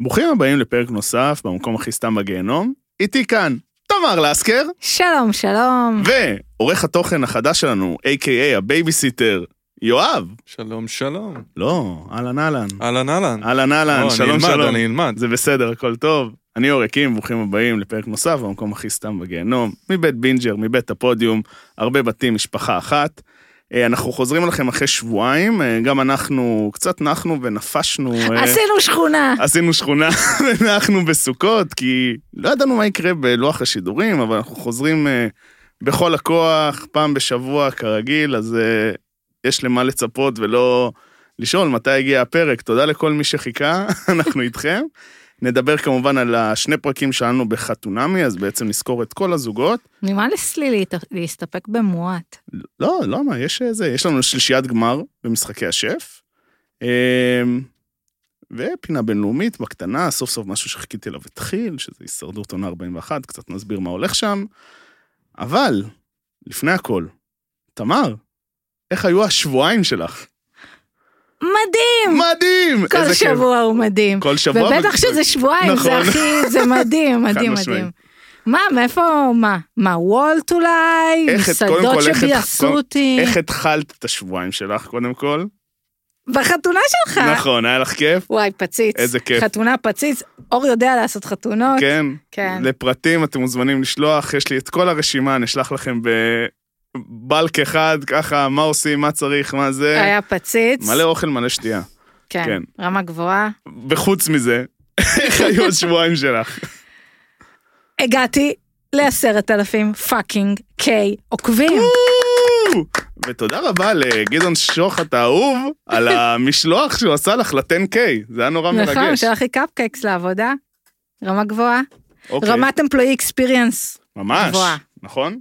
ברוכים הבאים לפרק נוסף במקום הכי סתם בגיהנום. איתי כאן תמר לסקר, שלום, שלום. ועורך התוכן החדש שלנו, a.k.a הבייביסיטר, יואב. שלום, שלום. לא, אהלן אהלן. אהלן, אהלן. אהלן אהלן, לא, שלום אני אלמד, שלום. אני אלמד. זה בסדר, הכל טוב. אני אור יקים, ברוכים הבאים לפרק נוסף במקום הכי סתם בגיהנום, מבית בינג'ר, מבית הפודיום, הרבה בתים, משפחה אחת. אה, אנחנו חוזרים אליכם אחרי שבועיים, אה, גם אנחנו קצת נחנו ונפשנו. אה, עשינו שכונה. עשינו שכונה ואנחנו בסוכות, כי לא ידענו מה יקרה בלוח השידורים, אבל אנחנו חוזרים אה, בכל הכוח, פעם בשבוע כרגיל, אז אה, יש למה לצפות ולא לשאול מתי הגיע הפרק. תודה לכל מי שחיכה, אנחנו איתכם. נדבר כמובן על השני פרקים שלנו בחתונמי, אז בעצם נזכור את כל הזוגות. נראה לי סלי להת- להסתפק במועט. לא, לא, מה, יש איזה, יש לנו שלישיית גמר במשחקי השף. אמ, ופינה בינלאומית בקטנה, סוף סוף משהו שחיכיתי אליו התחיל, שזה הישרדות עונה 41, קצת נסביר מה הולך שם. אבל, לפני הכל, תמר, איך היו השבועיים שלך? מדהים! מדהים! כל איזה כיף. שבוע הוא מדהים. כל שבוע. ובטח וזה- שזה שבועיים, זה נכון. הכי, זה מדהים, מדהים, משמעית. מדהים. מה, מאיפה, מה? מה, וולט אולי? איך את- קודם מסעדות כל, איך את- שביעשו קודם- אותי? איך התחלת את השבועיים שלך, קודם כל? בחתונה שלך. נכון, היה לך כיף? וואי, פציץ. איזה כיף. חתונה פציץ. אור יודע לעשות חתונות. כן. כן. לפרטים אתם מוזמנים לשלוח, יש לי את כל הרשימה, נשלח לכם בבלק אחד, ככה, מה עושים, מה צריך, מה זה. היה פציץ. מלא אוכל, מלא שתייה. כן. כן. רמה גבוהה. וחוץ מזה, איך היו השבועיים שלך? הגעתי לעשרת אלפים פאקינג קיי עוקבים. ותודה רבה לגדעון שוחט האהוב על המשלוח שהוא עשה לך ל-10K, זה היה נורא נכון, מרגש. שלח לי קפקקס לעבודה. רמה גבוהה. אוקיי, רמת אמפלואי אקספיריאנס. ממש, גבוהה. נכון?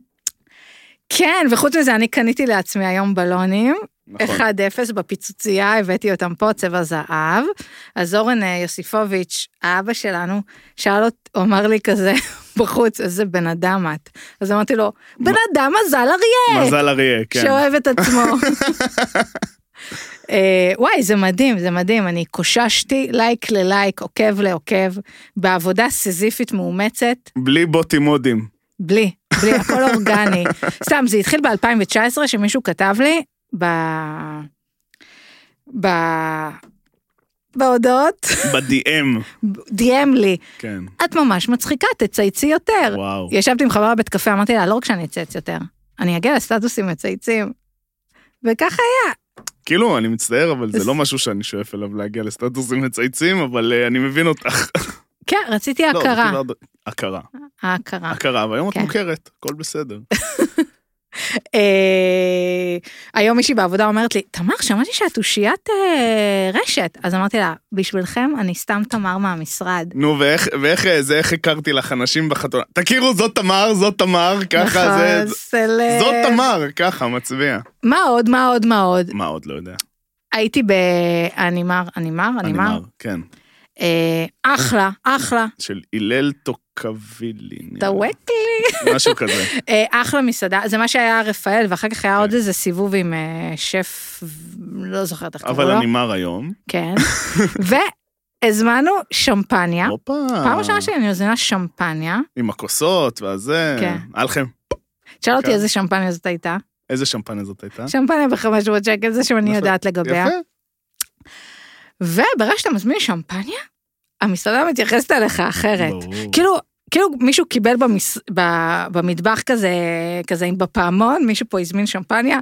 כן, וחוץ מזה, אני קניתי לעצמי היום בלונים. נכון. 1-0 בפיצוצייה, הבאתי אותם פה, צבע זהב. אז אורן אה, יוסיפוביץ', האבא שלנו, שאל אותי, הוא אמר לי כזה בחוץ, איזה בן אדם את. אז אמרתי לו, בן אדם מזל אריה, מזל אריה, כן. שאוהב את עצמו. אה, וואי, זה מדהים, זה מדהים, אני קוששתי לייק ללייק, עוקב לעוקב, בעבודה סיזיפית מאומצת, בלי בוטים מודים. בלי, בלי, הכל אורגני. סתם, זה התחיל ב-2019 שמישהו כתב לי ב... ב... בהודעות, ב-DM, DM לי, כן. את ממש מצחיקה, תצייצי יותר. וואו. ישבתי עם חברה בבית קפה, אמרתי לה, לא רק שאני אצייץ יותר, אני אגיע לסטטוסים מצייצים. וככה היה, כאילו, אני מצטער, אבל זה אז- לא משהו שאני שואף אליו להגיע לסטטוסים מצייצים, אבל אה, אני מבין אותך. כן, רציתי לא, זה הכרה, כאילו עד- הכרה, ההכרה. הכרה, והיום את כן. מוכרת, הכל בסדר. אה, היום מישהי בעבודה אומרת לי, תמר, שמעתי שאת אושיית אה, רשת. אז אמרתי לה, בשבילכם אני סתם תמר מהמשרד. נו, ואיך- ואיך אה, זה, איך הכרתי לך אנשים בחתונה? תכירו, זאת תמר, זאת תמר, ככה זה... נכון, סלב. זאת תמר, ככה, מצביע. מה עוד, מה עוד, מה עוד? מה עוד לא יודע? הייתי באנימר, אנימר, אנימר. כן. אה, אחלה, אחלה. של הלל טוקבילי. נראה לי. דווק משהו כזה. אה, אחלה מסעדה, זה מה שהיה רפאל, ואחר כך היה עוד כן. איזה סיבוב עם אה, שף, לא זוכרת איך קראו אבל לו. אני מר היום. כן. והזמנו שמפניה. הופה. אה? פעם ראשונה שאני מזמינה שמפניה. עם הכוסות, ואז זה... כן. היה לכם. תשאל כן. אותי איזה שמפניה זאת הייתה. איזה שמפניה זאת הייתה? שמפניה ב-500 שקל, זה שאני יפה. יודעת לגביה. נכון. יפה. וברגע שאתה מזמין שמפניה, המסעדה מתייחסת אליך אחרת. ברור. כאילו, כאילו מישהו קיבל במס... ב... במטבח כזה, כזה עם בפעמון, מישהו פה הזמין שמפניה.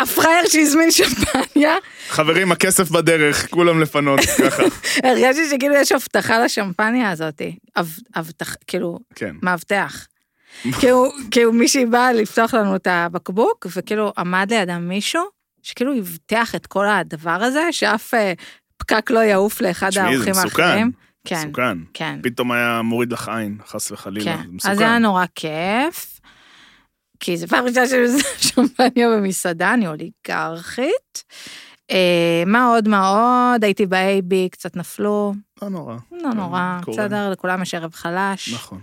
הפראייר שהזמין שמפניה, חברים, הכסף בדרך, כולם לפנות, ככה. הרגשתי שכאילו יש הבטחה לשמפניה הזאתי. אב- הבטח, כאילו, כן. מאבטח. כאילו, כאילו מישהי באה לפתוח לנו את הבקבוק, וכאילו עמד לידם מישהו, שכאילו הבטיח את כל הדבר הזה, שאף אה, פקק לא יעוף לאחד תשמעי, זה האורחים מסוכן. האחרים. כן, מסוכן. כן, פתאום היה מוריד לך עין, חס וחלילה. כן. זה אז זה היה מסוכן. נורא כיף, כי זו פעם ראשונה שאני מזהה שמפניה במסעדה, אני אוליגרכית. אה, מה עוד, מה עוד, הייתי ב-AB, קצת נפלו, לא נורא. לא נורא, קורה. בסדר, לכולם יש ערב חלש. נכון.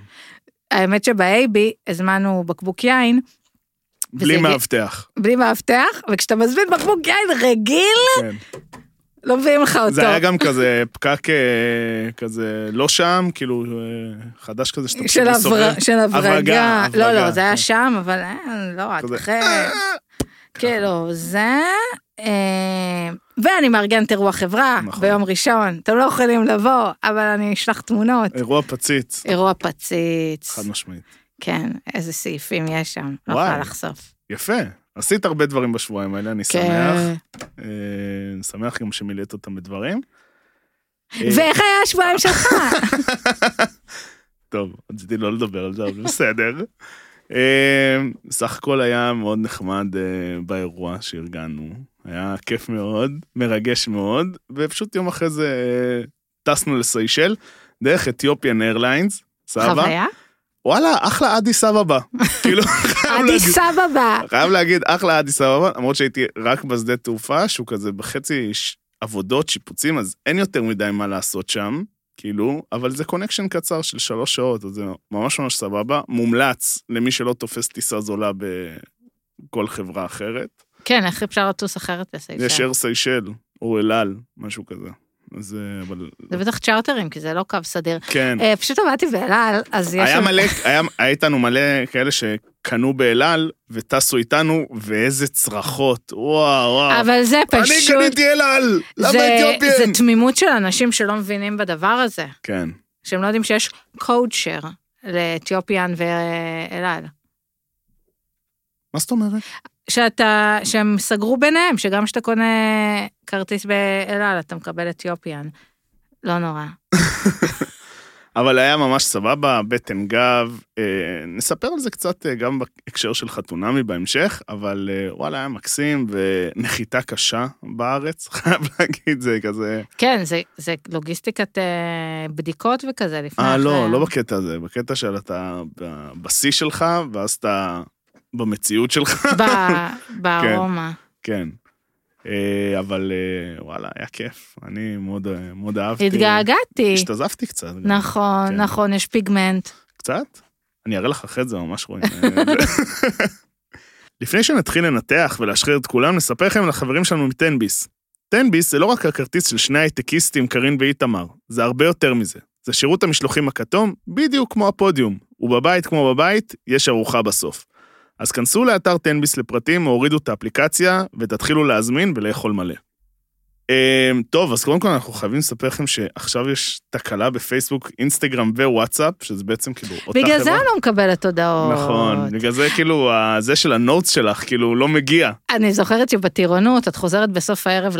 האמת שב-AB הזמנו בקבוק יין, וזה בלי הגיע- מאבטח. לא, בלי מאבטח, וכשאתה מזמין בקבוק יין רגיל, כן. לא מביאים לך אותו. זה היה גם כזה פקק אה, כזה לא שם, כאילו אה, חדש כזה שאתה פשוט של מסובב. הברג- של הברגה. הברגה, לא, לא, הברגה, זה היה כן. שם, אבל אה, לא, את כזה, אה! אחרי... כאילו, זה... אה, ואני מארגנת אירוע חברה נכון. ביום ראשון. אתם לא יכולים לבוא, אבל אני אשלח תמונות. אירוע פציץ, אירוע פציץ. אה, חד משמעית. כן, איזה סעיפים יש שם. לא וואי. יכולה לחשוף. יפה, עשית הרבה דברים בשבועיים האלה, אני שמח. כן. אה, אני שמח גם שמילאת אותם בדברים. אה, ואיך היה השבועיים שלך? טוב, רציתי לא לדבר על זה, אבל בסדר. אה, סך הכל היה מאוד נחמד אה, באירוע שארגנו. היה כיף מאוד, מרגש מאוד, ופשוט יום אחרי זה אה, טסנו לסיישל, דרך אתיופיאן איירליינס, סבא. חוויה? וואלה, אחלה אדיס אבבה. כאילו, חייב עדי להגיד. סבבה. חייב להגיד, אחלה אדיס אבבה, למרות שהייתי רק בשדה תעופה, שהוא כזה בחצי ש- עבודות, שיפוצים, אז אין יותר מדי מה לעשות שם, כאילו, אבל זה קונקשן קצר של שלוש שעות, אז זה ממש ממש סבבה. מומלץ למי שלא תופס טיסה זולה בכל חברה אחרת. כן, איך אפשר לטוס אחרת יש לסיישל? אר סיישל, או אל על, משהו כזה. אז אה, אבל... זה בטח צ'רטרים, כי זה לא קו סדיר. כן. אה, פשוט עבדתי באל על, אז יש... היה שם- מלא, היה, היה איתנו מלא כאלה שקנו באלעל וטסו איתנו, ואיזה צרחות, וואו, וואו. אבל זה פשוט... אני קניתי אלעל! למה זה- אתיופיאן? זה תמימות של אנשים שלא מבינים בדבר הזה, כן. שהם לא יודעים שיש code share לאתיופיאן ואל על. מה זאת אומרת? שאתה, שהם סגרו ביניהם, שגם כשאתה קונה כרטיס באל על, אתה מקבל אתיופיאן. לא נורא. אבל היה ממש סבבה, בטן גב. אה, נספר על זה קצת אה, גם בהקשר של חתונמי בהמשך, אבל אה, וואלה, היה מקסים ונחיתה קשה בארץ, חייב להגיד, זה כזה... כן, זה, זה לוגיסטיקת אה, בדיקות וכזה לפני. אה, לא, אחרי. לא בקטע הזה, בקטע של אתה ב- בשיא שלך, ואז אתה במציאות שלך, ב... בארומה. כן. אה, אבל אה, וואלה, היה כיף, אני מאוד אה, מאוד אהבתי. התגעגעתי. השתזפתי קצת. גם. נכון, כן. נכון, יש פיגמנט. קצת? אני אראה לך אחרי זה, ממש רואים. לפני שנתחיל לנתח ולהשחיר את כולם, נספר לכם על החברים שלנו מטנביס. טנביס זה לא רק הכרטיס של שני הייטקיסטים, קארין ואיתמר, זה הרבה יותר מזה. זה שירות המשלוחים הכתום, בדיוק כמו הפודיום. ובבית כמו בבית, יש ארוחה בסוף. אז כנסו לאתר תנביס לפרטים, או הורידו את האפליקציה, ותתחילו להזמין ולאכול מלא. אמ, טוב, אז קודם כל אנחנו חייבים לספר לכם שעכשיו יש תקלה בפייסבוק, אינסטגרם ווואטסאפ, שזה בעצם כאילו אותה חברה. בגלל זה אני לא מקבלת הודעות. נכון, אוקיי. בגלל זה כאילו, ה- זה של הנוטס שלך, כאילו, לא מגיע. אני זוכרת שבטירונות את חוזרת בסוף הערב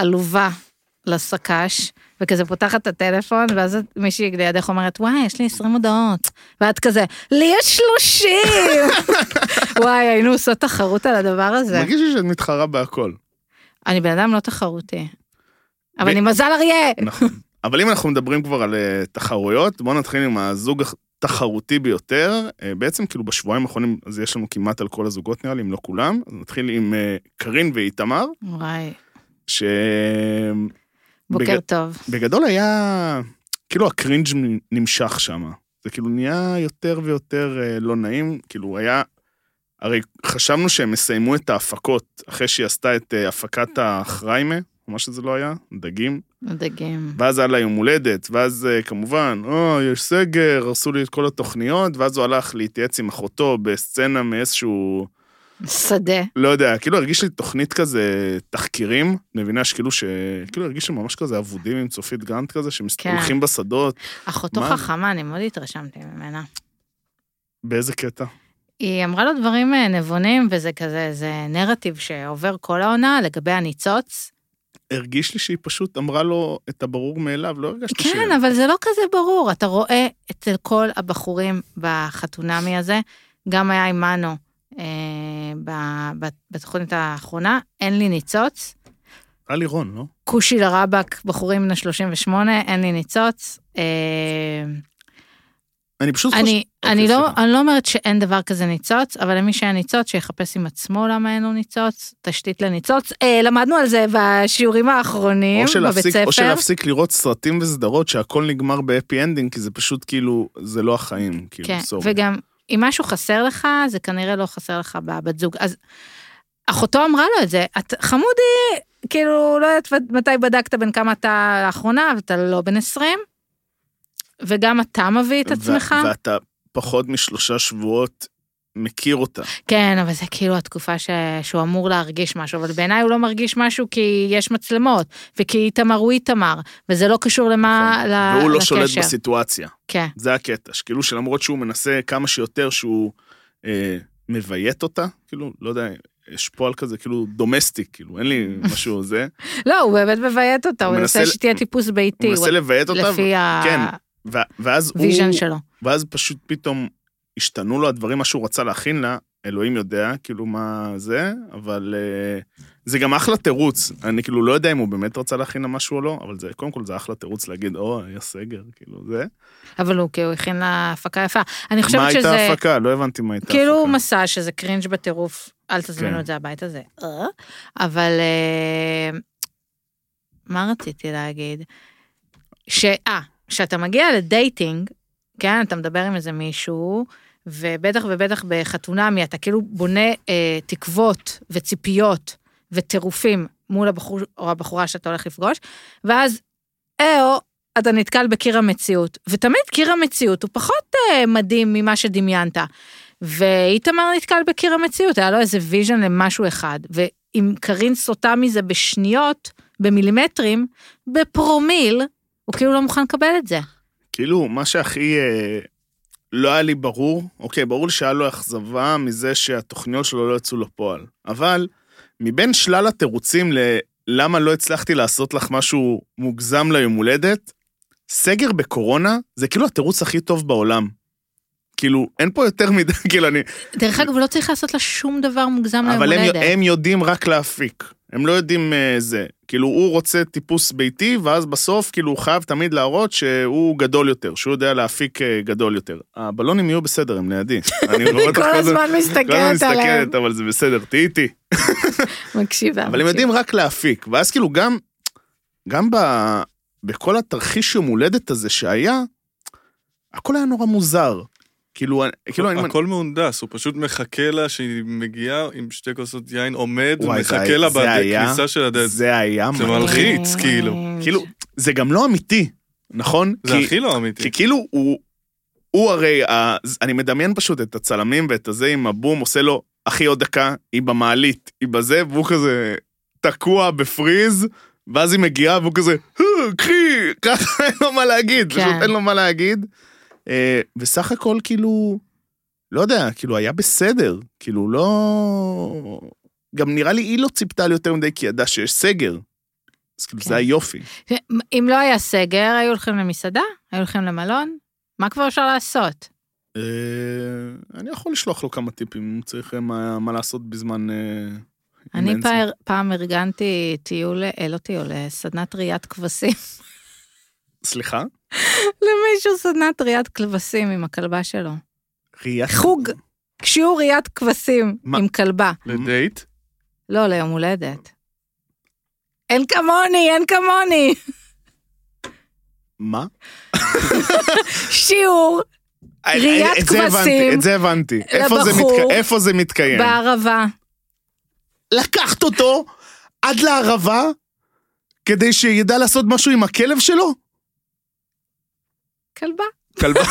לעלובה, לסק"ש, וכזה פותחת את הטלפון, ואז את- מישהי לידך אומרת, וואי, יש לי 20 הודעות. ואת כזה, לי יש 30! וואי, היינו עושות תחרות על הדבר הזה. מרגיש לי שאת מתחרה בהכל. אני בן אדם לא תחרותי. אבל ו- אני מזל אריה! נכון. אבל אם אנחנו מדברים כבר על אה, תחרויות, בואו נתחיל עם הזוג התחרותי ביותר. אה, בעצם כאילו בשבועיים האחרונים, אז יש לנו כמעט על כל הזוגות נראה לי, אם לא כולם. אז נתחיל עם אה, קארין ואיתמר, וואי, שבגדול בוקר טוב. היה, כאילו הקרינג' נמשך שם. זה כאילו נהיה יותר ויותר אה, לא נעים, כאילו היה... הרי חשבנו שהם יסיימו את ההפקות אחרי שהיא עשתה את אה, הפקת החריימה, או מה שזה לא היה, דגים. דגים. ואז היה לה יום הולדת, ואז אה, כמובן, או, יש סגר, הרסו לי את כל התוכניות, ואז הוא הלך להתייעץ עם אחותו בסצנה מאיזשהו, שדה. לא יודע, כאילו הרגיש לי תוכנית כזה תחקירים, מבינה שכאילו ש... כאילו הרגיש לי ממש כזה אבודים עם צופית גרנט כזה, כן. שהולכים בשדות, אחותו מה? חכמה, אני מאוד התרשמתי ממנה. באיזה קטע? היא אמרה לו דברים אה, נבונים, וזה כזה, זה נרטיב שעובר כל העונה לגבי הניצוץ. הרגיש לי שהיא פשוט אמרה לו את הברור מאליו, לא הרגשתי ש... כן, אבל זה לא כזה ברור. אתה רואה אצל כל הבחורים בחתונמי הזה, גם היה עם מנו אה, ב- ב- בתוכנית האחרונה, אין לי ניצוץ. היה לי רון, לא? כושי לרבק, בחורים בני 38, אין לי ניצוץ. אה, אני פשוט חושב... אני, אוקיי, אני, לא, סליחה. אני לא אומרת שאין דבר כזה ניצוץ, אבל למי שהיה ניצוץ, שיחפש עם עצמו למה אין לו ניצוץ, תשתית לניצוץ. אה, למדנו על זה בשיעורים האחרונים או בבית שלהפסיק, ספר. או שלהפסיק לראות סרטים וסדרות שהכל נגמר באפי אנדינג, כי זה פשוט כאילו, זה לא החיים, כאילו, כן, סורי. וגם אם משהו חסר לך, זה כנראה לא חסר לך בבת זוג. אז אחותו אמרה לו את זה, את חמודי, כאילו, לא יודעת מתי בדקת בין כמה אתה לאחרונה, אבל אתה לא בן 20, וגם אתה מביא את ו- עצמך. ואתה פחות משלושה שבועות מכיר אותה. כן, אבל זה כאילו התקופה ש... שהוא אמור להרגיש משהו, אבל בעיניי הוא לא מרגיש משהו כי יש מצלמות, וכי איתמר הוא איתמר, וזה לא קשור למה... נכון. ל... והוא לא לקשר. שולט בסיטואציה. כן, זה הקטע, שכאילו שלמרות שהוא מנסה כמה שיותר שהוא אה, מביית אותה, כאילו, לא יודע, יש פועל כזה, כאילו, דומסטי, כאילו, אין לי משהו זה. לא, הוא באמת מביית אותה, הוא הוא מנסה מנסה- שתהיה טיפוס ביתי, הוא מנסה לביית אותה, לפי כן, ו- ואז הוא... הוויז'ן שלו. ואז פשוט פתאום השתנו לו הדברים, מה שהוא רצה להכין לה, אלוהים יודע, כאילו, מה זה, אבל אה, זה גם אחלה תירוץ. אני כאילו לא יודע אם הוא באמת רצה להכין לה משהו או לא, אבל זה, קודם כל זה אחלה תירוץ להגיד, או, היה סגר, כאילו, זה. אבל הוא כאילו הכין לה הפקה יפה. אני מה חושבת הייתה שזה... ההפקה? לא הבנתי מה הייתה ההפקה. כאילו הוא מסע שזה קרינג' בטירוף, אל תזמינו כן. את זה הביתה, זה אה. אבל אה, מה רציתי להגיד? ש... אה, כשאתה מגיע לדייטינג, כן, אתה מדבר עם איזה מישהו, ובטח ובטח בחתונמי, אתה כאילו בונה אה, תקוות וציפיות וטירופים מול הבחור או הבחורה שאתה הולך לפגוש, ואז, אה, אתה נתקל בקיר המציאות, ותמיד קיר המציאות הוא פחות אה, מדהים ממה שדמיינת. ואיתמר נתקל בקיר המציאות, היה לו איזה ויז'ן למשהו אחד, ואם קארין סוטה מזה בשניות, במילימטרים, בפרומיל, הוא כאילו לא מוכן לקבל את זה. כאילו, מה שהכי אה, לא היה לי ברור, אוקיי, ברור לי שהיה לו אכזבה מזה שהתוכניות שלו לא יצאו לפועל. אבל מבין שלל התירוצים ללמה לא הצלחתי לעשות לך משהו מוגזם ליום הולדת, סגר בקורונה זה כאילו התירוץ הכי טוב בעולם. כאילו, אין פה יותר מדי, כאילו, אני... דרך אגב, הוא לא צריך לעשות לה שום דבר מוגזם ליום אבל הם, הולדת. הם יודעים רק להפיק. הם לא יודעים אה, זה. כאילו, הוא רוצה טיפוס ביתי, ואז בסוף, כאילו, הוא חייב תמיד להראות שהוא גדול יותר, שהוא יודע להפיק אה, גדול יותר. הבלונים יהיו בסדר, הם לידי. אני לא רואה אותך כל הזמן- הזמן כל הזמן מסתכלת עליהם. מסתכלת, אבל זה בסדר, תהיי איתי. מקשיבה. אבל הם מקשיבה. יודעים רק להפיק, ואז כאילו גם, גם ב, בכל התרחיש יום הולדת הזה שהיה, הכל היה נורא מוזר. כאילו, אני- כאילו, אני... הכל מהונדס, הוא פשוט מחכה לה שהיא מגיעה עם שתי כוסות יין, עומד, וואי, זה מחכה היה- לה זה היה- בכניסה של הדלת. זה היה זה מדהים. מלחיץ, כאילו. Mm. כאילו, זה גם לא אמיתי, נכון? זה כי- הכי לא אמיתי. כי כאילו הוא, הוא הרי, ה- אני מדמיין פשוט את הצלמים ואת הזה עם הבום, עושה לו, אחי עוד דקה, היא במעלית, היא בזה, והוא כזה תקוע בפריז, ואז היא מגיעה והוא כזה, "אה, קחי, ככה אין לו מה להגיד, כן. פשוט אין לו מה להגיד. אה, וסך הכל כאילו, לא יודע, כאילו היה בסדר, כאילו לא... גם נראה לי היא לא ציפתה לי יותר מדי כי ידעה שיש סגר. אז כאילו כן. זה היופי. אם לא היה סגר, היו הולכים למסעדה? היו הולכים למלון? מה כבר אפשר לעשות? אה, אני יכול לשלוח לו כמה טיפים, אם צריך אה, מה, מה לעשות בזמן... אה, אם אני אין זה. פעם- פעם ארגנתי טיול, אה, לא טיול, אה, סדנת ראיית כבשים. סליחה? למישהו סדנת ראיית כבשים עם הכלבה שלו. ראיית... חוג, שיעור ראיית כבשים מה? עם כלבה. לדייט? לא, ליום הולדת. אין כמוני, אין כמוני. מה? שיעור ראיית את זה הבנתי, כבשים את זה הבנתי. איפה זה, לבחור. מתק... איפה זה מתקיים? בערבה. לקחת אותו עד לערבה כדי שידע לעשות משהו עם הכלב שלו? כלבה. כלבה.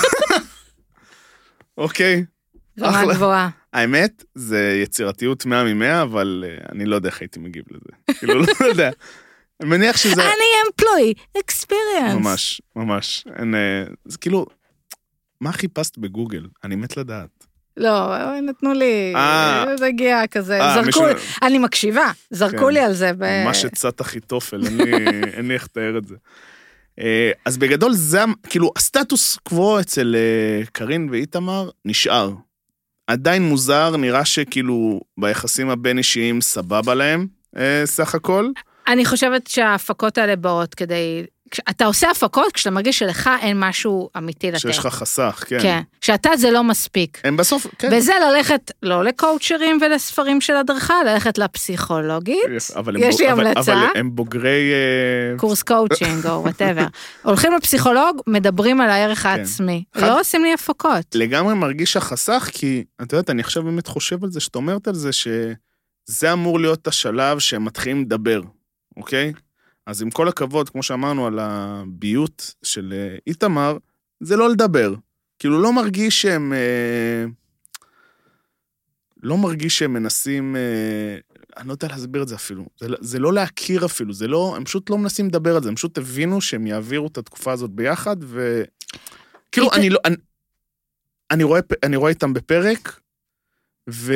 אוקיי. רמה אחלה. גבוהה. האמת, זה יצירתיות 100 מ-100, אבל אה, אני לא יודע איך הייתי מגיב לזה. כאילו, לא יודע. אני מניח שזה... אני אמפלוי, אקספיריאנס. ממש, ממש. אין, אה, זה כאילו, מה חיפשת בגוגל? אני מת לדעת. לא, נתנו לי, אה. זה הגיע כזה, אה, זרקו, מישהו- אני מקשיבה, זרקו כן. לי על זה. ב- ממש עצת אחיתופל, אין לי- אין לי איך לתאר את זה. אה, אז בגדול זה, המ- כאילו, הסטטוס קוו אצל אה, קארין ואיתמר נשאר. עדיין מוזר, נראה שכאילו ביחסים הבין אישיים סבבה להם, אה, סך הכל. אני חושבת שההפקות האלה באות כדי... כש- אתה עושה הפקות כשאתה מרגיש שלך אין משהו אמיתי לתת. שיש לך חסך, כן. כן. שאתה זה לא מספיק. הם בסוף, כן. וזה ללכת לא לקואוצ'רים ולספרים של הדרכה, ללכת לפסיכולוגית, אבל הם יש בוג- לי אבל- המלצה. אבל הם בוגרי... אה, קורס קואוצ'ינג או וואטאבר. הולכים לפסיכולוג, מדברים על הערך העצמי. חד- לא עושים לי הפקות. לגמרי מרגיש החסך, כי את יודעת, אני עכשיו באמת חושב על זה, שאת אומרת על זה, שזה אמור להיות השלב שהם מתחילים לדבר. אוקיי? אז עם כל הכבוד, כמו שאמרנו על הביוט של אה, איתמר, זה לא לדבר. כאילו, לא מרגיש שהם... אה, לא מרגיש שהם מנסים... אה, אני לא יודע להסביר את זה אפילו. זה, לא- זה לא להכיר אפילו, זה לא... הם פשוט לא מנסים לדבר על זה, הם פשוט הבינו שהם יעבירו את התקופה הזאת ביחד, ו... כאילו, אית- אני לא... אני, אני, רואה, פ- אני רואה איתם בפרק, ו...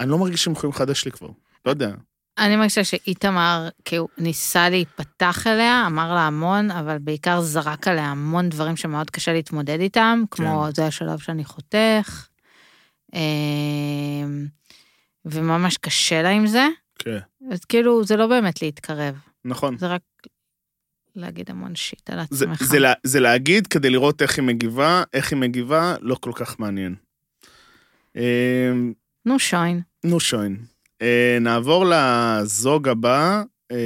אני לא מרגיש שהם יכולים לחדש לי כבר. לא יודע. אני מרגישה שאיתמר, כאילו, ניסה להיפתח אליה, אמר לה המון, אבל בעיקר זרק עליה המון דברים שמאוד קשה להתמודד איתם, כמו זה השלב שאני חותך, אמ, וממש קשה לה עם זה. כן. אז כאילו, זה לא באמת להתקרב, נכון. זה רק להגיד המון שיט על זה, עצמך. זה, לה, זה להגיד כדי לראות איך היא מגיבה, איך היא מגיבה, לא כל כך מעניין. אה, נו, שוין. נו שוין. אה, נעבור לזוג הבא, אה,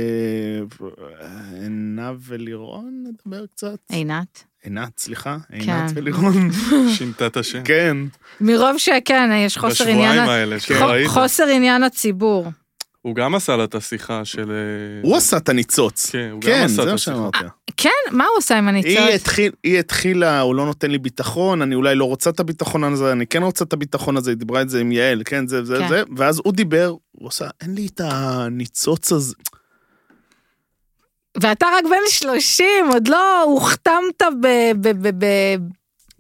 עינב ולירון נדבר קצת. עינת. עינת, סליחה, אה. כן. עינת ולירון. שינתה את השם. כן. מרוב שכן, יש חוסר עניין, בשבועיים האלה כן. שראית. חוסר עניין הציבור. הוא גם עשה לה את השיחה של... אה, הוא עשה את הניצוץ. כן, הוא גם כן, עשה זה את מה השיחה. שאמרתי. כן, מה הוא עושה עם היא, הניצוץ? התחיל, היא התחילה, הוא לא נותן לי ביטחון, אני אולי לא רוצה את הביטחון הזה, אני כן רוצה את הביטחון הזה, היא דיברה את זה עם יעל, כן, זה, זה, כן. זה, ואז הוא דיבר, הוא עושה, אין לי את הניצוץ הזה. ואתה רק בן 30, עוד לא הוכתמת ב- ב- ב- ב-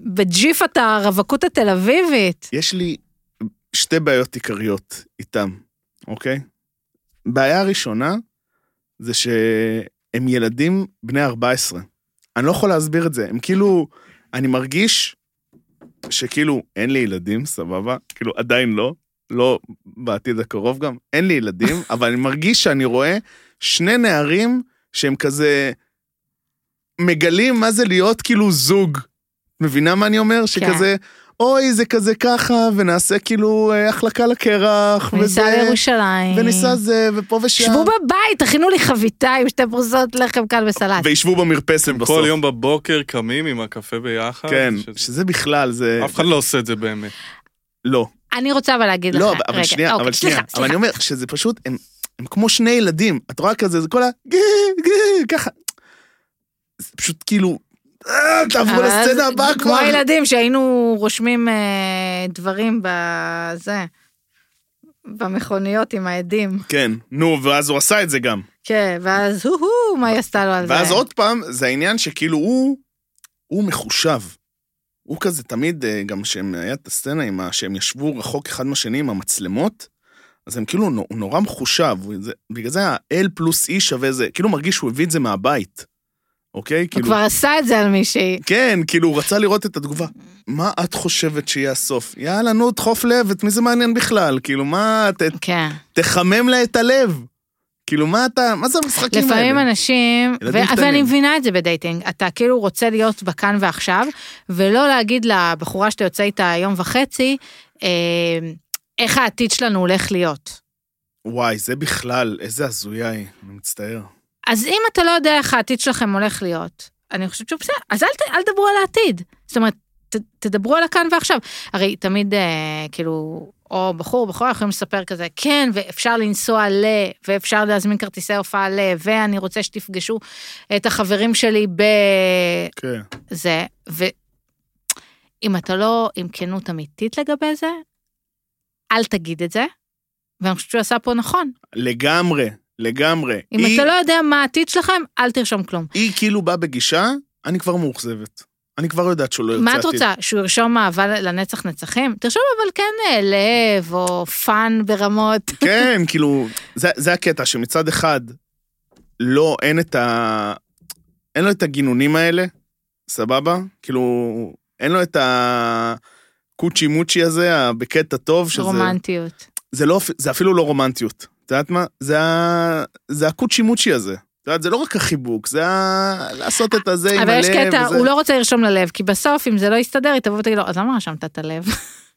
בג'יפת הרווקות התל אביבית. יש לי שתי בעיות עיקריות איתם, אוקיי? בעיה הראשונה זה שהם ילדים בני 14. אני לא יכול להסביר את זה, הם כאילו, אני מרגיש שכאילו אין לי ילדים, סבבה? כאילו עדיין לא, לא בעתיד הקרוב גם, אין לי ילדים, אבל אני מרגיש שאני רואה שני נערים שהם כזה מגלים מה זה להיות כאילו זוג. מבינה מה אני אומר? שכזה, אוי, זה כזה ככה, ונעשה כאילו אה, החלקה לקרח, וניסע וזה, לירושלים. וניסע זה, ופה ושם. שבו בבית, תכינו לי חביתה עם שתי פרוסות לחם קל וסלט. וישבו במרפסת בסוף. כל יום בבוקר קמים עם הקפה ביחד. כן, אה, שזה- שזה בכלל, זה... אף אחד לא עושה את זה באמת. לא. אני רוצה אבל להגיד לך, לא, אבל- אבל רגע, שנייה, אוקיי, אבל שנייה, סליחה, אבל אני סליחה. אומר שזה פשוט, הם- הם כמו שני ילדים, את רואה כזה, זה כל ה... גה, גה, ככה. זה פשוט כאילו, אה, תעברו אבל אז לסצנה הבאה כמו כבר. הילדים שהיינו רושמים אה, דברים בזה, במכוניות עם העדים. כן, נו, ואז הוא עשה את זה גם. כן, ואז הו הו, מה היא עשתה לו על זה? ואז עוד פעם, זה העניין שכאילו הוא, הוא מחושב. הוא כזה תמיד, אה, גם כשהם, היה את הסצנה עם ה... שהם ישבו רחוק אחד מהשני עם המצלמות, אז הם כאילו, נו- הוא נורא מחושב, הוא- זה- בגלל זה ה-L פלוס E שווה זה, כאילו מרגיש שהוא הביא את זה מהבית, אוקיי? הוא כאילו... כבר עשה את זה על מישהי. כן, כאילו, הוא רצה לראות את התגובה. מה את חושבת שיהיה הסוף? יאללה, נו, דחוף לב, את מי זה מעניין בכלל? כאילו, מה, ת, כן. תחמם לה את הלב. כאילו, מה אתה, מה זה המשחקים האלה? לפעמים אנשים, ו- ילדים קטנים. ואני מבינה את זה בדייטינג, אתה כאילו רוצה להיות בכאן ועכשיו, ולא להגיד לבחורה שאתה יוצא איתה יום וחצי, אה, איך העתיד שלנו הולך להיות. וואי, זה בכלל, איזה הזויה היא, אני מצטער. אז אם אתה לא יודע איך העתיד שלכם הולך להיות, אני חושבת שהוא בסדר, אז אל, ת- אל תדברו על העתיד. זאת אומרת, ת, תדברו על הכאן ועכשיו. הרי תמיד, אה, כאילו, או בחור או בחורה יכולים לספר כזה, כן, ואפשר לנסוע ל... ואפשר להזמין כרטיסי הופעה ל... ואני רוצה שתפגשו את החברים שלי ב... כן. זה, ואם אתה לא עם כנות אמיתית לגבי זה, אל תגיד את זה. ואני חושבת שהוא עשה פה נכון. לגמרי, לגמרי. אם היא, אתה לא יודע מה העתיד שלכם, אל תרשום כלום. היא כאילו באה בגישה, אני כבר מאוכזבת. אני כבר יודעת שהוא לא ירצה מה את עתיד. רוצה, שהוא ירשום אהבה לנצח נצחים? תרשום אבל כן אה, לב, או פאן ברמות. כן, כאילו, זה, זה הקטע שמצד אחד, לא, אין את ה... אין לו את הגינונים האלה, סבבה? כאילו, אין לו את הקוצ'י מוצ'י הזה, הבקטע טוב, שזה... רומנטיות. זה, לא, זה אפילו לא רומנטיות. את יודעת מה? זה, ה- זה הקוצ'י מוצ'י הזה. את יודעת, זה לא רק החיבוק, זה ה... לעשות את הזה עם הלב. אבל יש קטע, וזה. הוא לא רוצה לרשום ללב, כי בסוף, אם זה לא יסתדר, היא תבוא ותגיד לו, אז למה רשמת את הלב?